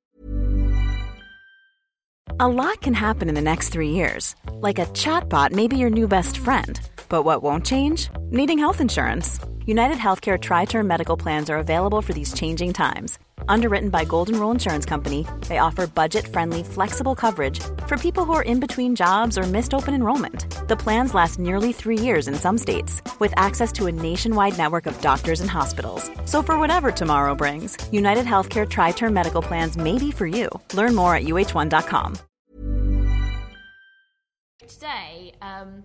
S4: A lot can happen in the next three years. Like a chatbot may be your new best friend. But what won't change? Needing health insurance. United Healthcare Tri Term Medical Plans are available for these changing times. Underwritten by Golden Rule Insurance Company, they offer budget friendly, flexible coverage for people who are in between jobs or missed open enrollment. The plans last nearly three years in some states, with access to a nationwide network of doctors and hospitals. So, for whatever tomorrow brings, United Healthcare Tri Term Medical Plans may be for you. Learn more at uh1.com.
S2: today, um,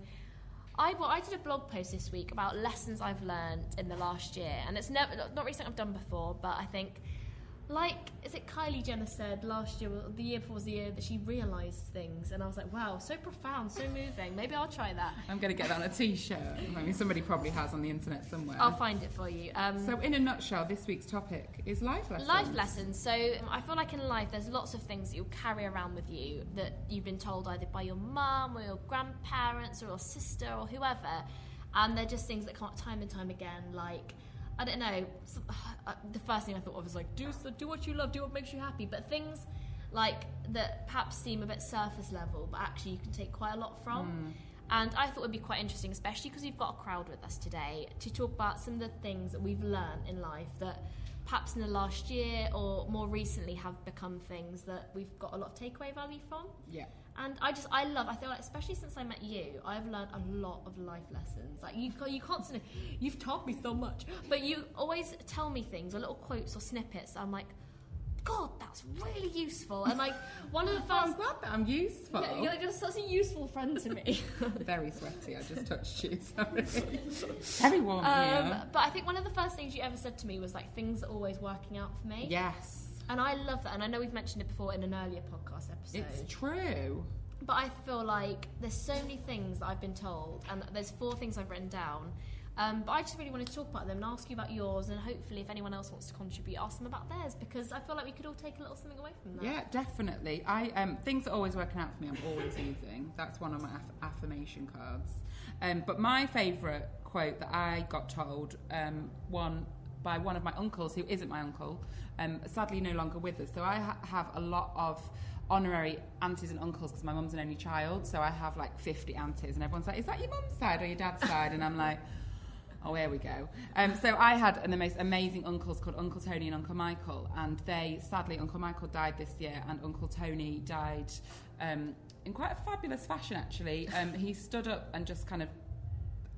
S2: I well, I did a blog post this week about lessons I've learned in the last year, and it's never not really something I've done before, but I think. Like, is it Kylie Jenner said last year, or the year before was the year that she realised things, and I was like, wow, so profound, so moving. Maybe I'll try that.
S1: I'm going to get that on a t-shirt. I mean, somebody probably has on the internet somewhere.
S2: I'll find it for you. Um,
S1: so, in a nutshell, this week's topic is life lessons.
S2: life lessons. So um, I feel like in life, there's lots of things that you'll carry around with you that you've been told either by your mum or your grandparents or your sister or whoever, and they're just things that come up time and time again. Like I don't know, some, uh, the first thing I thought of was like do so- do what you love, do what makes you happy. But things like that perhaps seem a bit surface level, but actually you can take quite a lot from. And I thought it would be quite interesting, especially because we've got a crowd with us today, to talk about some of the things that we've learned in life that perhaps in the last year or more recently have become things that we've got a lot of takeaway value from.
S1: Yeah.
S2: And I just, I love. I feel like, especially since I met you, I've learned a lot of life lessons. Like you, you constantly, you've taught me so much, but you always tell me things, or little quotes or snippets. that I'm like, God, that's really useful. And like one of the
S1: Oh, I'm
S2: first,
S1: glad that I'm useful.
S2: yeah, you're, like, you're such a useful friend to me.
S1: Very sweaty. I just touched you. Sorry. Very warm
S2: Um,
S1: here.
S2: but I think one of the first things you ever said to me was like things are always working out for me.
S1: Yes,
S2: And I love that. And I know we've mentioned it before in an earlier podcast episode.
S1: it's true.
S2: But I feel like there's so many things that I've been told, and there's four things I've written down. Um, but I just really wanted to talk about them and ask you about yours, and hopefully, if anyone else wants to contribute, ask them about theirs because I feel like we could all take a little something away from that.
S1: Yeah, definitely. I um, things are always working out for me. I'm always using. That's one of my aff- affirmation cards. Um, but my favourite quote that I got told um, one by one of my uncles who isn't my uncle, um, sadly no longer with us. So I ha- have a lot of honorary aunties and uncles because my mum's an only child. So I have like 50 aunties, and everyone's like, "Is that your mum's side or your dad's side?" And I'm like. Oh, here we go. Um, so I had an, the most amazing uncles called Uncle Tony and Uncle Michael, and they sadly Uncle Michael died this year, and Uncle Tony died um, in quite a fabulous fashion. Actually, um, he stood up and just kind of.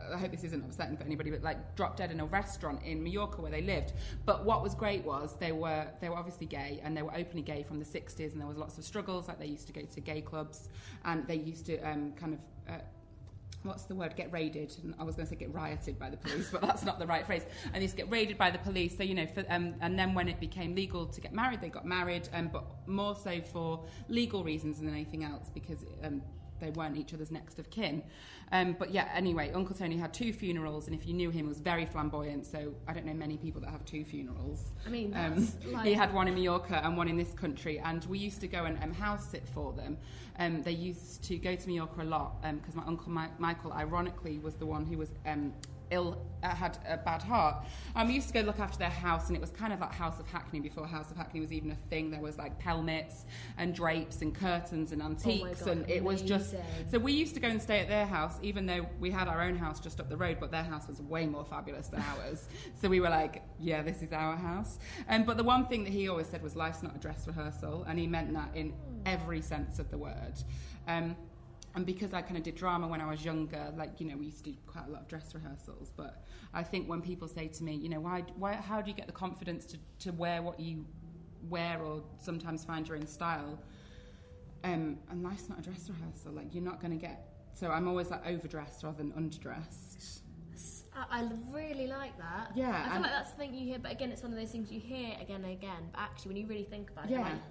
S1: I hope this isn't upsetting for anybody, but like dropped dead in a restaurant in Mallorca where they lived. But what was great was they were they were obviously gay and they were openly gay from the 60s, and there was lots of struggles. Like they used to go to gay clubs, and they used to um, kind of. Uh, what's the word get raided and I was going to say get rioted by the police but that's not the right phrase and they used to get raided by the police so you know for, um, and then when it became legal to get married they got married um, but more so for legal reasons than anything else because um, they weren't each other's next of kin um, but yeah anyway Uncle Tony had two funerals and if you knew him he was very flamboyant so I don't know many people that have two funerals
S2: I mean,
S1: um,
S2: that's like-
S1: he had one in Mallorca and one in this country, and we used to go and um, house sit for them. Um, they used to go to Mallorca a lot because my uncle Mi- Michael, ironically, was the one who was um, ill, uh, had a bad heart. Um, we used to go look after their house, and it was kind of like House of Hackney before House of Hackney was even a thing. There was like pelmets and drapes and curtains and antiques,
S2: Oh God,
S1: and it was just
S2: amazing.
S1: so we used to go and stay at their house, even though we had our own house just up the road, but their house was way more fabulous than ours. So we were like, yeah, this is our house. Um, but the one thing that he always said was, life's not a dress rehearsal. And he meant that in
S2: Hmm.
S1: every sense of the word. Um, and because I kind of did drama when I was younger, like, you know, we used to do quite a lot of dress rehearsals. But I think when people say to me, you know, why, why, how do you get the confidence to, to wear what you wear or sometimes find your own style? um, and life's not a dress rehearsal. Like you're not going to get. So I'm always like overdressed rather than underdressed.
S2: I, I really like that.
S1: Yeah,
S2: I feel
S1: and-
S2: like that's the thing you hear, but again, it's one of those things you hear again and again. But actually, when you really think about it, you're
S1: Yeah.
S2: like,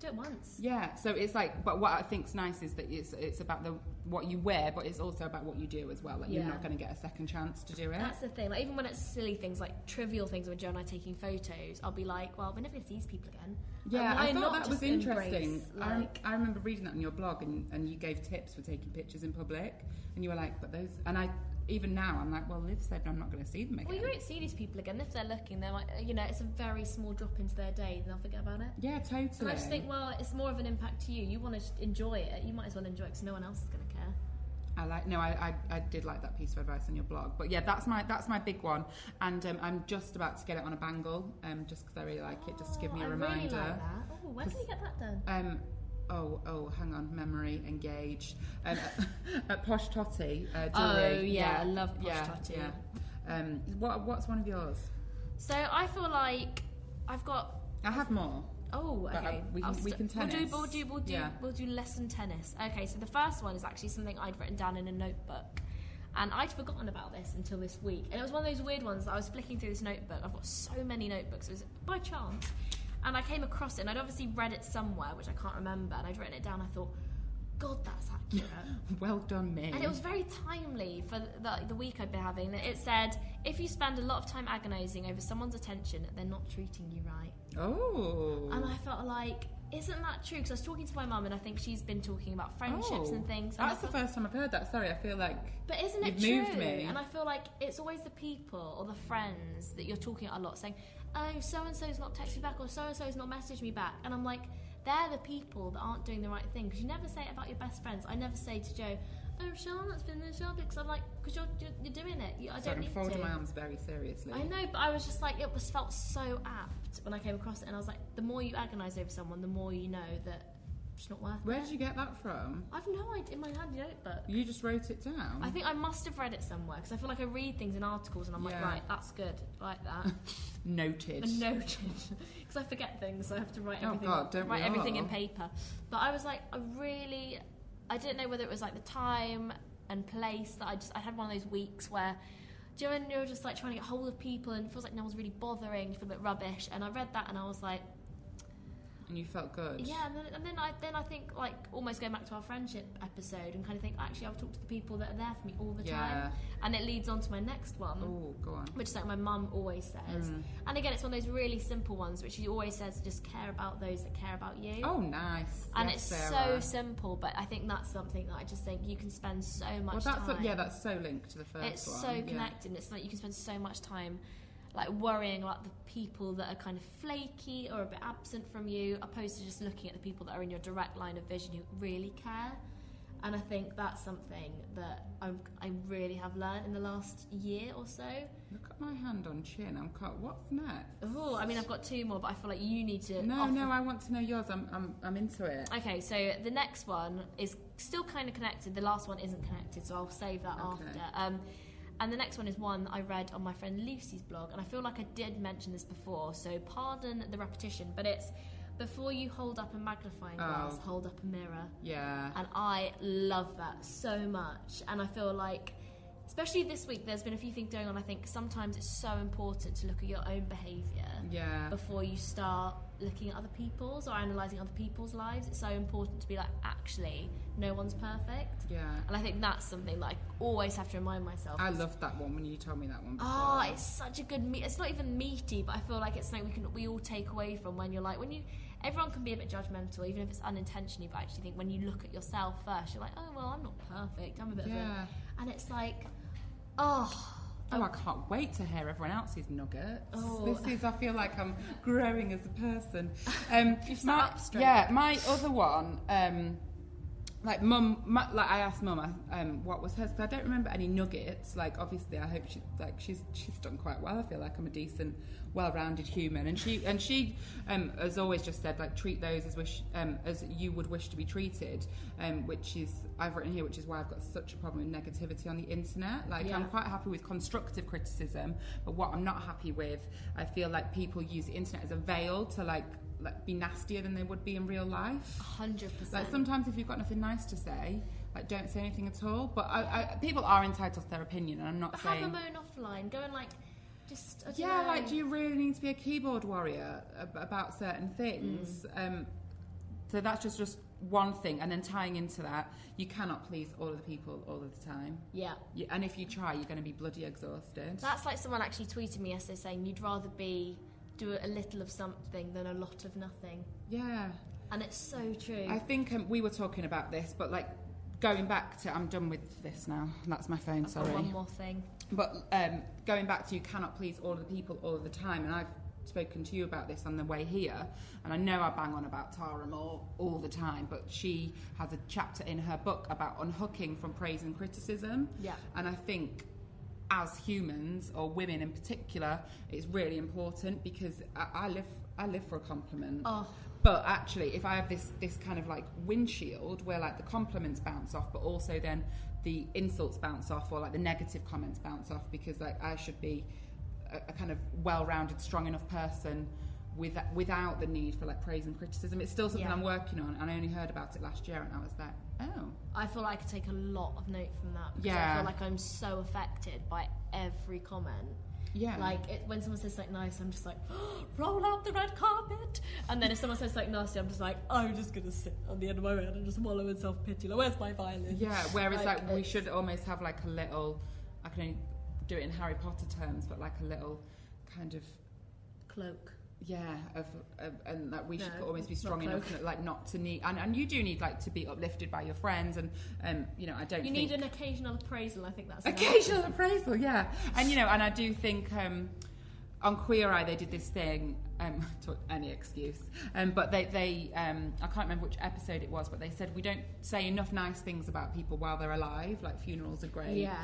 S2: do it once.
S1: Yeah. So it's like, but what I think's nice is that it's it's about the what you wear, but it's also about what you do as well. Like
S2: Yeah.
S1: you're not going to get a second chance to do it.
S2: That's the thing. Like even when it's silly things, like trivial things, when Joe and I are taking photos, I'll be like, "Well, we're never going to see these people again."
S1: yeah,
S2: Like,
S1: I
S2: why
S1: thought
S2: not
S1: that
S2: just
S1: was interesting.
S2: embrace,
S1: I,
S2: like,
S1: I remember reading that on your blog, and, and you gave tips for taking pictures in public, and you were like, but those, and I even now I'm like, well, Liv said I'm not going to see them again.
S2: well, you won't see these people again if they're looking. They're like, you know, it's a very small drop into their day, then they'll forget about it.
S1: yeah, totally.
S2: And I just think, well, it's more of an impact to you. You want to enjoy it. You might as well enjoy it because no one else is going to care.
S1: I like no, I, I, I did like that piece of advice on your blog, but yeah, that's my that's my big one, and um, I'm just about to get it on a bangle, um, just because I really like it, just to give me a
S2: Oh, I
S1: reminder.
S2: Really like that. Oh, when can you get that done?
S1: Um, oh oh, hang on, memory engaged. Um, at, at Posh Totty. Uh,
S2: Oh,
S1: jewellery.
S2: yeah, I love Posh
S1: yeah,
S2: Totty.
S1: Yeah. Um, what what's one of yours?
S2: So I feel like I've got.
S1: I have more.
S2: Oh,
S1: But, uh,
S2: okay.
S1: we can-
S2: I'll
S1: we can
S2: We'll do,
S1: tennis.
S2: we'll do, we'll do,
S1: Yeah.
S2: we'll do lesson tennis. Okay, so the first one is actually something I'd written down in a notebook. And I'd forgotten about this until this week. And it was one of those weird ones that I was flicking through this notebook. I've got so many notebooks. It was by chance. And I came across it, and I'd obviously read it somewhere, which I can't remember. And I'd written it down. I thought, God, that's accurate.
S1: Well done, me.
S2: And it was very timely for the, the week I'd been having. It said, if you spend a lot of time agonising over someone's attention, they're not treating you right.
S1: oh.
S2: And I felt like, isn't that true? Because I was talking to my mum and I think she's been talking about friendships
S1: Oh,
S2: and things. And I
S1: That's the
S2: thought-
S1: first time I've heard that. Sorry, I feel like.
S2: But isn't it
S1: You've moved
S2: true?
S1: me.
S2: And I feel like it's always the people or the friends that you're talking a lot saying, oh, so and so's not texting me back or so and so's not messaged me back. And I'm like, they're the people that aren't doing the right thing. Because you never say it about your best friends. I never say to Joe, oh, Charlotte's been there, Charlotte, because I'm like, because you're, you're, you're doing it. You, I
S1: Sorry,
S2: don't
S1: I'm
S2: need
S1: folding
S2: to.
S1: my arms very seriously.
S2: I know, but I was just like, it was felt so apt when I came across it, and I was like, the more you agonise over someone, the more you know that just not worth
S1: Where
S2: it.
S1: did you get that from?
S2: I've no idea in my handy notebook.
S1: You just wrote it down.
S2: I think I must have read it somewhere because I feel like I read things in articles and I'm like,
S1: Yeah.
S2: right, that's good, like that.
S1: Noted.
S2: and noted because I forget things, so I have to write
S1: Oh,
S2: everything.
S1: God, don't we
S2: write everything in
S1: all.
S2: paper. But I was like, I really, I didn't know whether it was like the time and place that I just I had one of those weeks where. Do you know when you're just like trying to get hold of people and it feels like no one's really bothering, you feel a bit rubbish? And I read that and I was like,
S1: And you felt good.
S2: yeah, and then, and then I then I think like almost going back to our friendship episode and kind of think actually I'll talk to the people that are there for me all the time,
S1: Yeah.
S2: and it leads on to my next one
S1: Oh, go on.
S2: which is like my mum always
S1: Mm.
S2: says. And again, it's one of those really simple ones, which she always says, just care about those that care about you.
S1: Oh, nice.
S2: and
S1: Yes,
S2: it's so
S1: Sarah.
S2: simple, but I think that's something that I just think you can spend so much
S1: Well, that's
S2: time.
S1: yeah, that's so linked to the first
S2: it's
S1: one.
S2: so
S1: yeah.
S2: connected. and It's like you can spend so much time like worrying about the people that are kind of flaky or a bit absent from you, opposed to just looking at the people that are in your direct line of vision who really care. And I think that's something that I'm, I really have learned in the last year or so.
S1: Look at my hand on chin. I'm caught. What's next?
S2: Oh, I mean, I've got two more, but I feel like you need to.
S1: No,
S2: offer-
S1: no, I want to know yours. I'm, I'm, I'm into it.
S2: Okay, so the next one is still kind of connected. The last one isn't connected, so I'll save that
S1: Okay.
S2: after. Um, and the next one is one that I read on my friend Lucy's blog, and I feel like I did mention this before, so pardon the repetition, but it's before you hold up a magnifying glass,
S1: Oh.
S2: hold up a mirror.
S1: Yeah.
S2: And I love that so much. And I feel like, especially this week, there's been a few things going on. I think sometimes it's so important to look at your own behaviour.
S1: Yeah.
S2: before you start looking at other people's or analysing other people's lives, it's so important to be like, actually, no one's perfect.
S1: Yeah.
S2: And I think that's something that I always have to remind myself.
S1: I loved that one when you told me that one. Before.
S2: Ah, it's such a good meat. It's not even meaty, but I feel like it's something we can we all take away from when you're like when you. Everyone can be a bit judgmental, even if it's unintentionally. But I actually think when you look at yourself first, you're like, oh well, I'm not perfect. I'm a bit
S1: Yeah.
S2: of a, and it's like, oh,
S1: Oh, I can't wait to hear everyone else's nuggets.
S2: Oh.
S1: This is, I feel like I'm growing as a person. Um,
S2: You've sat
S1: my,
S2: up straight.
S1: Yeah, my other one, um, like mum, my, like I asked mum um, what was hers because I don't remember any nuggets. Like obviously, I hope she like she's she's done quite well. I feel like I'm a decent, well-rounded human, and she and she um, has always just said like treat those as wish um, as you would wish to be treated, um, which is I've written here, which is why I've got such a problem with negativity on the internet. Like
S2: Yeah.
S1: I'm quite happy with constructive criticism, but what I'm not happy with, I feel like people use the internet as a veil to like like be nastier than they would be in real life.
S2: hundred percent.
S1: Like sometimes if you've got nothing nice to say, like don't say anything at all. But I, I, people are entitled to their opinion, and I'm not
S2: have
S1: saying.
S2: a moan offline. Go and like, just I don't
S1: yeah,
S2: know.
S1: like do you really need to be a keyboard warrior ab- about certain
S2: Mm.
S1: things? Um, so that's just just one thing, and then tying into that, you cannot please all of the people all of the time.
S2: Yeah.
S1: You, and if you try, you're going to be bloody exhausted.
S2: That's like someone actually tweeted me yesterday saying you'd rather be do a little of something than a lot of nothing.
S1: yeah.
S2: And it's so true.
S1: I think um, we were talking about this, but like going back to, I'm done with this now. That's my phone.
S2: I've got
S1: sorry.
S2: one more thing.
S1: But um, going back to you cannot please all of the people all of the time, and I've spoken to you about this on the way here, and I know I bang on about Tara Moore all the time, but she has a chapter in her book about unhooking from praise and criticism.
S2: Yeah.
S1: And I think as humans, or women in particular, it's really important because I, I live I live for a compliment.
S2: Oh.
S1: But actually, if I have this this kind of like windshield where like the compliments bounce off, but also then the insults bounce off, or like the negative comments bounce off, because like I should be a, a kind of well-rounded, strong enough person with, without the need for like praise and criticism. It's still something
S2: Yeah.
S1: I'm working on, and I only heard about it last year, and I was like, oh,
S2: I feel like I could take a lot of note from that because I
S1: Yeah.
S2: feel like I'm so affected by every comment.
S1: yeah,
S2: Like it, when someone says something nice, I'm just like, roll out the red carpet. And then if someone says something nasty, I'm just like, I'm just gonna sit on the end of my bed and just wallow in self pity. Like, where's my violin?
S1: yeah. Whereas
S2: like,
S1: like, we
S2: it's-
S1: should almost have like a little. I can only do it in Harry Potter terms, but like a little kind of
S2: Cloak.
S1: Yeah, of, of and that we should
S2: No,
S1: always be
S2: not
S1: strong enough,
S2: close.
S1: like not to need, and, and you do need like to be uplifted by your friends, and um, you know, I don't.
S2: You
S1: think,
S2: need an occasional appraisal. I think that's enough.
S1: occasional appraisal, yeah, and you know, and I do think um, on Queer Eye they did this thing. Um, to any excuse, um, but they, they um, I can't remember which episode it was, but they said we don't say enough nice things about people while they're alive. Like funerals are great,
S2: Yeah.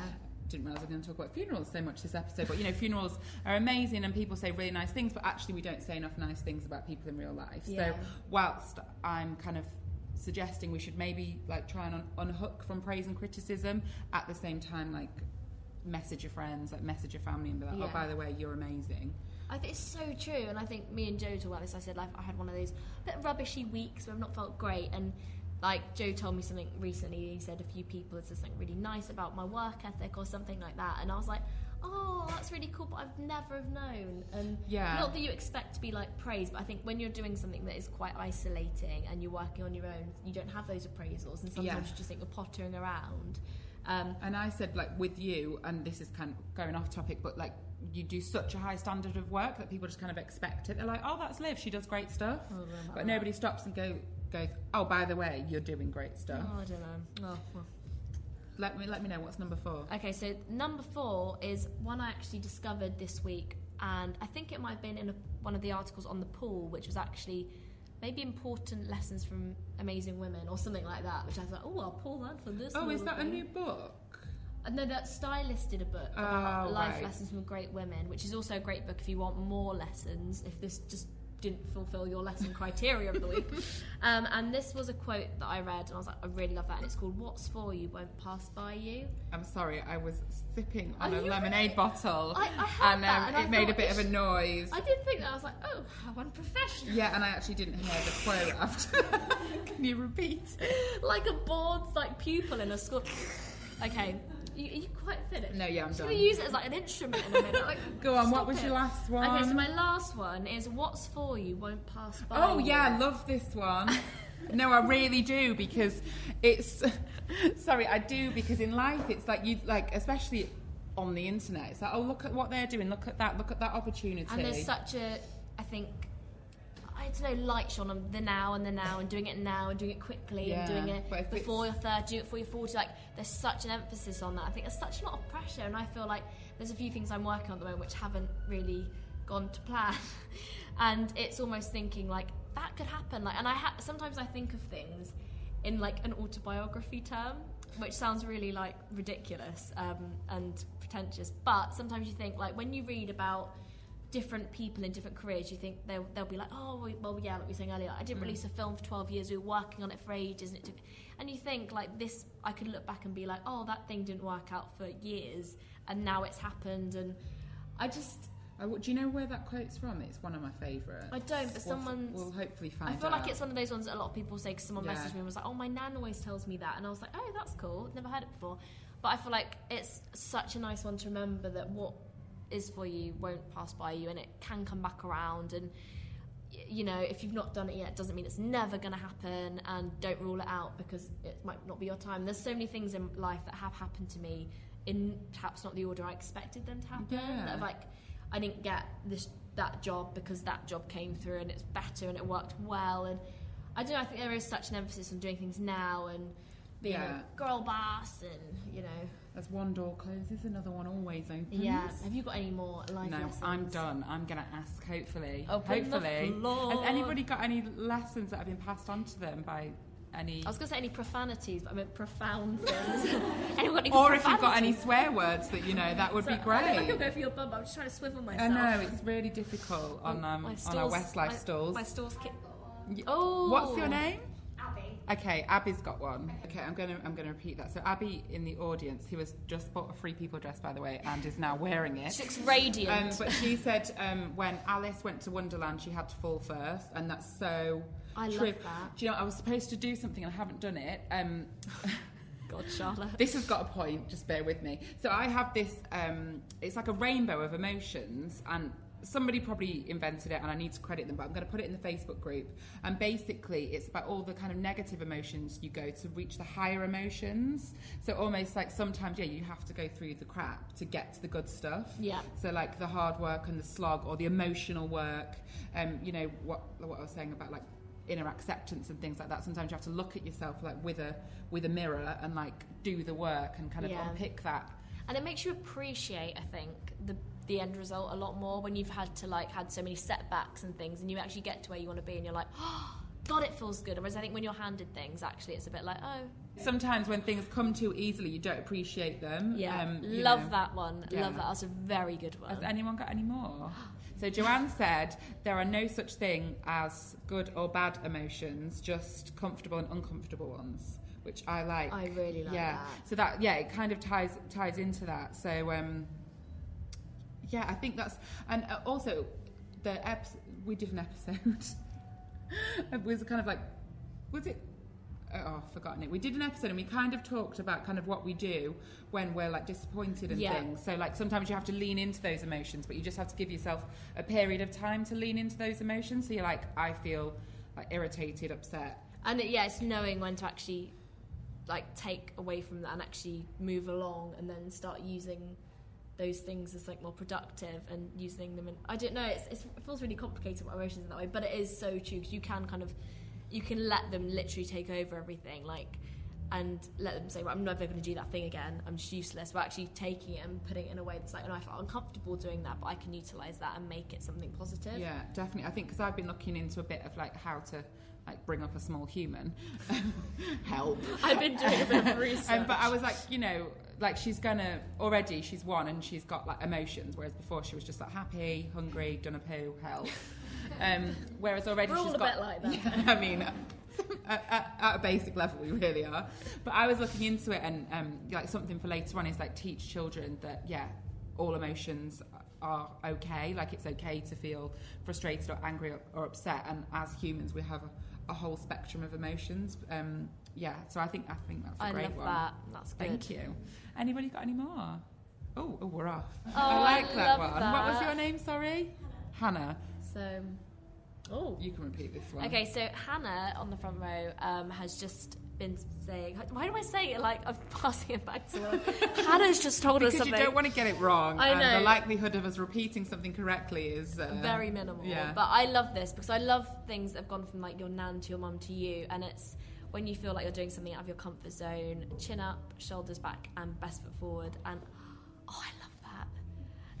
S1: didn't realize I was going to talk about funerals so much this episode, but you know, funerals are amazing and people say really nice things, but actually, we don't say enough nice things about people in real life.
S2: Yeah.
S1: So, whilst I'm kind of suggesting we should maybe like try and un- unhook from praise and criticism at the same time like message your friends like message your family and be like oh
S2: Yeah.
S1: by the way you're amazing
S2: I think it's so true, and I think me and Joe talked about this. I said like I had one of those bit rubbishy weeks where I've not felt great, and like Joe told me something recently. He said a few people had said something really nice about my work ethic or something like that, and I was like, oh, that's really cool, but I've never have known. And
S1: Yeah.
S2: not that you expect to be like praised, but I think when you're doing something that is quite isolating and you're working on your own, you don't have those appraisals, and sometimes
S1: Yeah.
S2: you just think you're pottering around. Um,
S1: and i said like with you and this is kind of going off topic but like you do such a high standard of work that people just kind of expect it they're like oh that's liv she does great stuff
S2: well, that-
S1: but nobody stops and go goes oh by the way you're doing great stuff
S2: oh, I don't know. Oh, well.
S1: let me let me know what's number four
S2: Okay, so number four is one I actually discovered this week, and I think it might have been in a, one of the articles on the pool, which was actually maybe important lessons from amazing women or something like that. Which I thought, oh, I'll pull that for this.
S1: oh is
S2: little
S1: that a
S2: thing."
S1: new book
S2: Uh, No, that Stylist did a book about
S1: Oh,
S2: life
S1: right.
S2: lessons from great women, which is also a great book if you want more lessons. If this just didn't fulfil your lesson criteria of the week, um, and this was a quote that I read, and I was like, I really love that, and it's called "What's for you won't pass by you."
S1: I'm sorry, I was sipping on
S2: Are
S1: a
S2: you
S1: lemonade
S2: really?
S1: bottle,
S2: I- I heard
S1: and, um,
S2: that, and I
S1: it made a
S2: thought
S1: bit
S2: it's-
S1: of a noise.
S2: I did think that. I was like, oh, how unprofessional.
S1: Yeah, and I actually didn't hear the quote after. Can you repeat? it?
S2: Like a bored like pupil in a school. okay, you, you quite finished.
S1: No, yeah, I'm
S2: Should
S1: done.
S2: we use it as like an instrument in a minute? Like,
S1: Go on, what
S2: stop
S1: was your
S2: it.
S1: last
S2: Okay, so
S1: one?
S2: my last one is what's for you won't pass by.
S1: Oh
S2: you."
S1: yeah, I love this one. no, I really do because it's. sorry, I do because in life it's like you like, especially on the internet. It's like, oh look at what they're doing, look at that, look at that opportunity.
S2: And there's such a, I think, I don't know, light shone on the now and the now and doing it now and doing it quickly
S1: Yeah,
S2: and doing it
S1: but if it's-
S2: before you're 30, doing it before you're 40. Like, there's such an emphasis on that. I think there's such a lot of pressure, and I feel like there's a few things I'm working on at the moment which haven't really gone to plan. and it's almost thinking, like, that could happen. Like, and I ha- sometimes I think of things in like an autobiography term, which sounds really like ridiculous um, and pretentious. But sometimes you think like when you read about different people in different careers, you think they'll they'll be like, oh well, well, yeah, like we were saying earlier, I didn't release a film for twelve years. We were working on it for ages, and it took. And you think like this, I could look back and be like, oh, that thing didn't work out for years, and now it's happened, and I just.
S1: I w- Oh, do you know where that quote's from? It's one of my favourites.
S2: I don't, but
S1: We'll f-
S2: someone's-
S1: We'll hopefully
S2: I
S1: find.
S2: feel
S1: out.
S2: like it's one of those ones that a lot of people say because someone
S1: Yeah.
S2: messaged me and was like, "Oh, my nan always tells me that," and I was like, "Oh, that's cool. Never heard it before." But I feel like it's such a nice one to remember that what is for you won't pass by you, and it can come back around. And y- you know, if you've not done it yet, it doesn't mean it's never going to happen. And don't rule it out because it might not be your time. There's so many things in life that have happened to me in perhaps not the order I expected them to happen.
S1: Yeah.
S2: That have, like I didn't get this that job because that job came through and it's better and it worked well and I don't know I think there is such an emphasis on doing things now and being
S1: Yeah.
S2: a girl boss and you know
S1: As one door closes, another one always opens.
S2: yeah have you got any more
S1: Mm-hmm.
S2: life
S1: No,
S2: lessons
S1: I'm done. I'm gonna ask. Hopefully,
S2: Open the
S1: hopefully. Has
S2: floor.
S1: anybody got any lessons that have been passed on to them by any?
S2: I was gonna say any profanities but I meant profound things anyone any
S1: Or if you've got any
S2: profanities?
S1: swear words that you know, that would be
S2: So, I don't know if I'll
S1: great.
S2: go for your bum but I'm just trying to swivel
S1: I
S2: myself
S1: know it's really difficult on um,
S2: My
S1: on our
S2: stools-
S1: Westlife
S2: my-
S1: stalls.
S2: my stools ki-
S1: Y-
S2: oh
S1: What's your name?
S5: Abby.
S1: Okay, Abby's got one. Okay, I'm gonna I'm gonna repeat that. So Abby in the audience, who has just bought a free people dress by the way, and is now wearing it.
S2: she looks
S1: Um,
S2: radiant
S1: but she said um, when Alice went to Wonderland, she had to fall first, and that's so.
S2: I love
S1: true.
S2: that.
S1: Do you know? I was supposed to do something and I haven't done it. Um,
S2: god Charlotte
S1: this has got a point. Just bear with me. So I have this. Um, it's like a rainbow of emotions, and somebody probably invented it, and I need to credit them. But I'm going to put it in the Facebook group. And basically, it's about all the kind of negative emotions you go to reach the higher emotions. So almost like sometimes, yeah, you have to go through the crap to get to the good stuff.
S2: Yeah.
S1: So like the hard work and the slog, or the emotional work. Um, you know what what I was saying about like inner acceptance and things like that. Sometimes you have to look at yourself like with a with a mirror and like do the work and kind of
S2: Yeah.
S1: unpick that.
S2: and it makes you appreciate i think the the end result a lot more when you've had to like had so many setbacks and things and you actually get to where you want to be and you're like oh god it feels good whereas i think when you're handed things actually it's a bit like oh
S1: Sometimes when things come too easily, you don't appreciate them.
S2: Yeah,
S1: Um, you
S2: love
S1: know.
S2: that one.
S1: Yeah.
S2: Love that. That's a very good one.
S1: Has anyone got any more? So Joanne said there are no such thing as good or bad emotions, just comfortable and uncomfortable ones, which I like.
S2: I really like
S1: yeah.
S2: that.
S1: So that yeah, it kind of ties ties into that. So um, yeah, I think that's and uh, also the eps- we did an episode. it was kind of like was it oh I've forgotten it we did an episode and we kind of talked about kind of what we do when we're like disappointed and
S2: Yeah.
S1: things so like sometimes you have to lean into those emotions but you just have to give yourself a period of time to lean into those emotions so you're like I feel like irritated upset
S2: And it, yeah, it's knowing when to actually like take away from that and actually move along, and then start using those things as like more productive and using them. And I don't know. It's, it's, it feels really complicated what emotions in that way, but it is so true 'cause you can kind of you can let them literally take over everything, like. And let them say, well, I'm never going to do that thing again. I'm just useless. But actually taking it and putting it in a way that's like, no, I felt uncomfortable doing that, but I can utilize that and make it something positive.
S1: yeah definitely I think because I've been looking into a bit of like how to like bring up a small human help
S2: I've been doing a bit of research.
S1: Um, but I was like, you know, like she's gonna already she's won and she's got like emotions, whereas before she was just like happy, hungry, done a poo, hell. Um, whereas already
S2: We're all
S1: she's
S2: a
S1: got
S2: bit like that.
S1: Yeah, I mean, at, at, at a basic level, we really are. But I was looking into it, and um, like something for later on is like teach children that yeah, all emotions are okay. Like it's okay to feel frustrated or angry or, or upset, and as humans, we have. A, a whole spectrum of emotions. Um, yeah, so I think I think that's a
S2: I
S1: great
S2: love
S1: one.
S2: that. That's good.
S1: Thank you. Anybody got any more? Oh, oh we're off.
S2: Oh,
S1: I like
S2: I
S1: that
S2: love
S1: one. What was
S2: that.
S1: your name? Sorry, Hannah.
S2: So, oh.
S1: You can repeat this one.
S2: Okay, so Hannah on the front row um, has just been saying, why do I say it like I'm passing it back to her? Hannah's just told us
S1: Because you
S2: something.
S1: don't want to get it wrong,
S2: I
S1: and the
S2: know.
S1: likelihood of us repeating something correctly is uh,
S2: very minimal.
S1: Yeah.
S2: But I love this because I love things that have gone from like your nan to your mum to you, and it's when you feel like you're doing something out of your comfort zone, chin up, shoulders back, and best foot forward. And oh, I love that.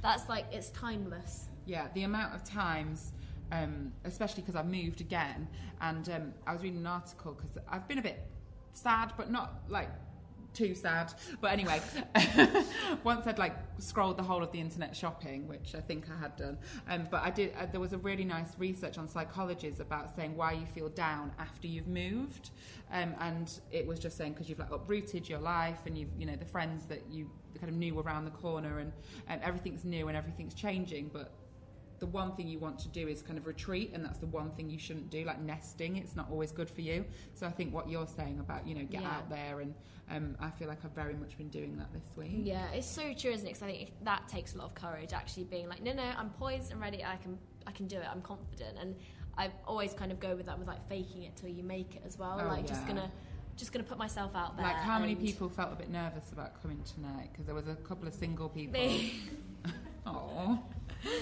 S2: That's like it's timeless.
S1: Yeah, the amount of times, um, especially because I've moved again, and um, I was reading an article because I've been a bit sad, but not like too sad. But anyway, once I'd like scrolled the whole of the internet shopping, which I think I had done, um, but I did. Uh, there was a really nice research on psychologists about saying why you feel down after you've moved, um, and it was just saying because you've like uprooted your life and you've you know the friends that you kind of knew around the corner and um, everything's new and everything's changing, but the one thing you want to do is kind of retreat and that's the one thing you shouldn't do like nesting it's not always good for you so i think what you're saying about you know get
S2: Yeah.
S1: out there and um, i feel like i've very much been doing that this week
S2: Yeah, it's so true, isn't it? 'Cause I think it- that takes a lot of courage, actually being like, no, no, I'm poised and ready. I can, I can do it. I'm confident, and I always kind of go with that with like faking it till you make it as well.
S1: Oh,
S2: like just
S1: yeah.
S2: gonna, just gonna put myself out there.
S1: like how many
S2: and-
S1: people felt a bit nervous about coming tonight because there was a couple of single people
S2: Me.
S1: oh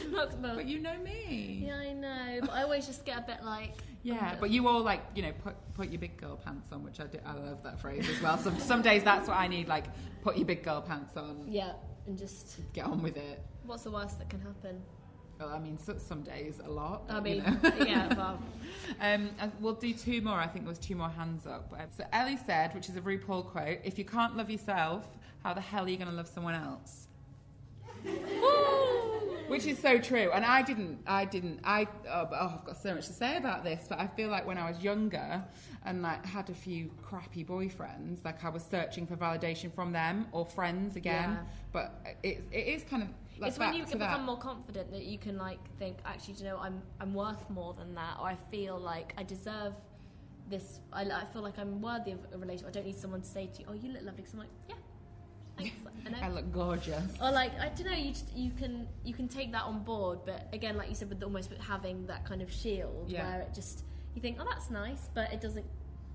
S2: Not- well,
S1: but you know me
S2: yeah, I know, but I always just get a bit like.
S1: Yeah, but you all like you know put put your big girl pants on, which I do, I love that phrase as well. Some some days that's what I need, like put your big girl pants on,
S2: Yeah, and just
S1: get on with it.
S2: what's the worst that can happen?
S1: Well, I mean, so, some days a lot.
S2: I
S1: but,
S2: mean,
S1: you know.
S2: yeah, well,
S1: Um, and we'll do two more. I think there was two more hands up. Uh, So Ellie said, which is a RuPaul quote: "If you can't love yourself, how the hell are you going to love someone else?" which is so true. And I didn't. I didn't. I. Oh, but- oh, I've got so much to say about this. But I feel like when I was younger and like had a few crappy boyfriends, like I was searching for validation from them or friends again.
S2: Yeah.
S1: But it, it is kind of. Like
S2: it's when
S1: back
S2: you
S1: to
S2: can
S1: that.
S2: become more confident that you can like think actually do you know what, I'm I'm worth more than that or I feel like I deserve this I, I feel like I'm worthy of a relationship I don't need someone to say to you oh you look lovely 'Cause I'm like yeah thanks I know
S1: I look gorgeous.
S2: or like I don't know you just, you can you can take that on board but again like you said with almost having that kind of shield
S1: Yeah.
S2: where it just you think oh that's nice but it doesn't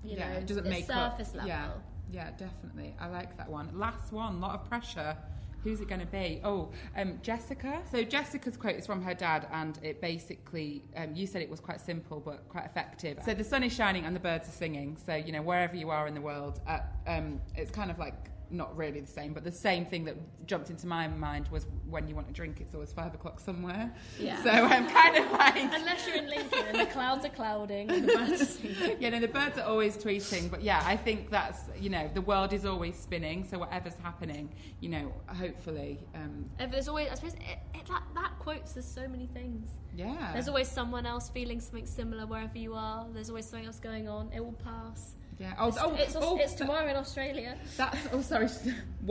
S2: you know
S1: it doesn't
S2: it's
S1: make up-
S2: surface level
S1: Yeah, yeah, definitely. I like that one. Last one, lot of pressure. Who's it going to be? Oh, um, Jessica. So Jessica's quote is from her dad, and it basically, um, you said it was quite simple but quite effective. So the sun is shining and the birds are singing. So you know wherever you are in the world, uh, um, it's kind of like not really the same, but the same thing that jumped into my mind was when you want a drink, it's always five o'clock somewhere.
S2: Yeah.
S1: So I'm kind of like,
S2: Unless you're in Lincoln and the clouds are clouding and the birds are singing.
S1: you know, the birds are always tweeting, but yeah, I think that's, you know, the world is always spinning, so whatever's happening, you know, hopefully, um,
S2: Uh, but There's always, I suppose, it, it, that, that quotes there's so many things.
S1: yeah.
S2: There's always someone else feeling something similar wherever you are. There's always something else going on. It will pass.
S1: yeah. Oh,
S2: It's,
S1: oh,
S2: it's,
S1: oh,
S2: it's
S1: that-
S2: tomorrow in Australia.
S1: That's oh sorry.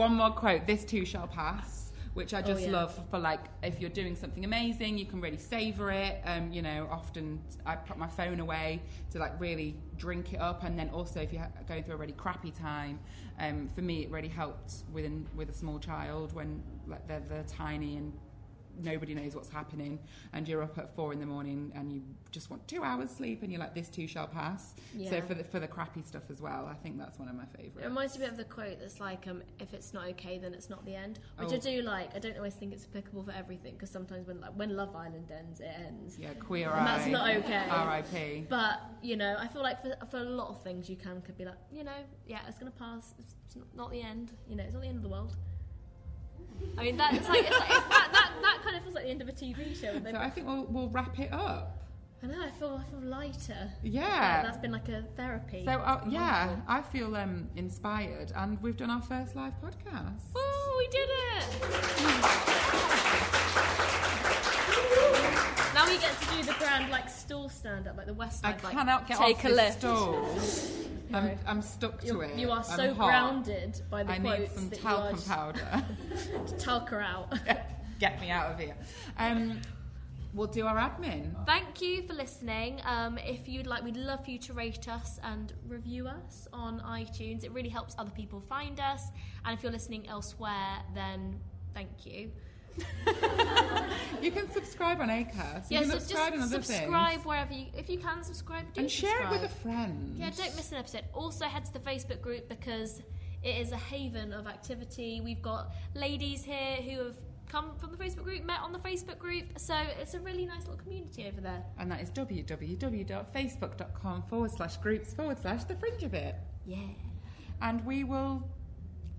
S1: One more quote. This too shall pass, which I just
S2: yeah.
S1: love for like if you're doing something amazing, you can really savor it. Um, you know, often I put my phone away to like really drink it up, and then also if you're ha- going through a really crappy time, um, for me it really helped with an, with a small child when like they're they're tiny and. Nobody knows what's happening, and you're up at four in the morning, and you just want two hours sleep, and you're like, "This too shall pass."
S2: Yeah.
S1: So for the for the crappy stuff as well, I think that's one of my
S2: It
S1: favourites.
S2: reminds me a bit of the quote that's like, um, if it's not okay, then it's not the end. Which I
S1: Oh.
S2: do like. I don't always think it's applicable for everything because sometimes when like, when Love Island ends, it ends.
S1: Yeah, queer eye.
S2: And that's not okay.
S1: R.I.P.
S2: But you know, I feel like for, for a lot of things, you can could be like, you know, yeah, it's gonna pass. It's, it's not- not the end. You know, it's not the end of the world. I mean, that, it's like, it's like it's that, that that kind of feels like the end of a TV show. and then-
S1: So I think we'll, we'll wrap it up.
S2: I know. I feel I feel lighter.
S1: Yeah.
S2: that's been like a therapy.
S1: so uh, yeah,
S2: Wonderful.
S1: I feel um, inspired, and we've done our first live podcast.
S2: Woo, Oh, we did it! now we get to do the grand like stall stand up, like the West.
S1: I
S2: Side, like,
S1: cannot get
S2: take
S1: off
S2: a
S1: this
S2: lift.
S1: stool.
S2: No.
S1: I'm, I'm stuck to
S2: You're-
S1: it.
S2: You are
S1: I'm
S2: so
S1: hot.
S2: grounded by the
S1: I
S2: quotes
S1: need some
S2: that you are
S1: talcum
S2: just-
S1: powder.
S2: talc her out.
S1: get me out of here. Um, we'll do our admin.
S2: Thank you for listening. Um, if you'd like, we'd love for you to rate us and review us on iTunes. It really helps other people find us. And if you're listening elsewhere, then thank you.
S1: You can subscribe on Acast. You can
S2: so
S1: subscribe on
S2: just
S1: other
S2: subscribe
S1: things.
S2: wherever you, if you can subscribe, do
S1: And share it with a
S2: subscribe.
S1: friend.
S2: Yeah, don't miss an episode. Also, head to the Facebook group because it is a haven of activity. We've got ladies here who have come from the Facebook group, met on the Facebook group. So it's a really nice little community over there.
S1: And that is www.facebook.com forward slash groups forward slash the fringe of it.
S2: Yeah.
S1: And we will,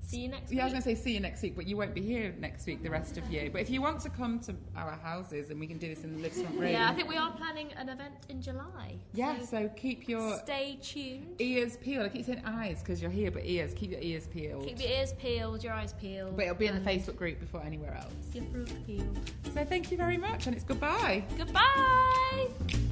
S2: See you next
S1: yeah, I was
S2: week.
S1: going to say see you next week, but you won't be here next week, the rest of you. But if you want to come to our houses and we can do this in the living room.
S2: Yeah, I think we are planning an event in July.
S1: Yeah,
S2: So
S1: so keep your
S2: stay tuned.
S1: ears peeled. I keep saying eyes because you're here, but ears. Keep your ears peeled.
S2: Keep your ears peeled, your eyes peeled.
S1: but it'll be in the
S2: and
S1: Facebook group before anywhere else.
S2: Your fruit peeled.
S1: So thank you very much, and it's goodbye.
S2: Goodbye!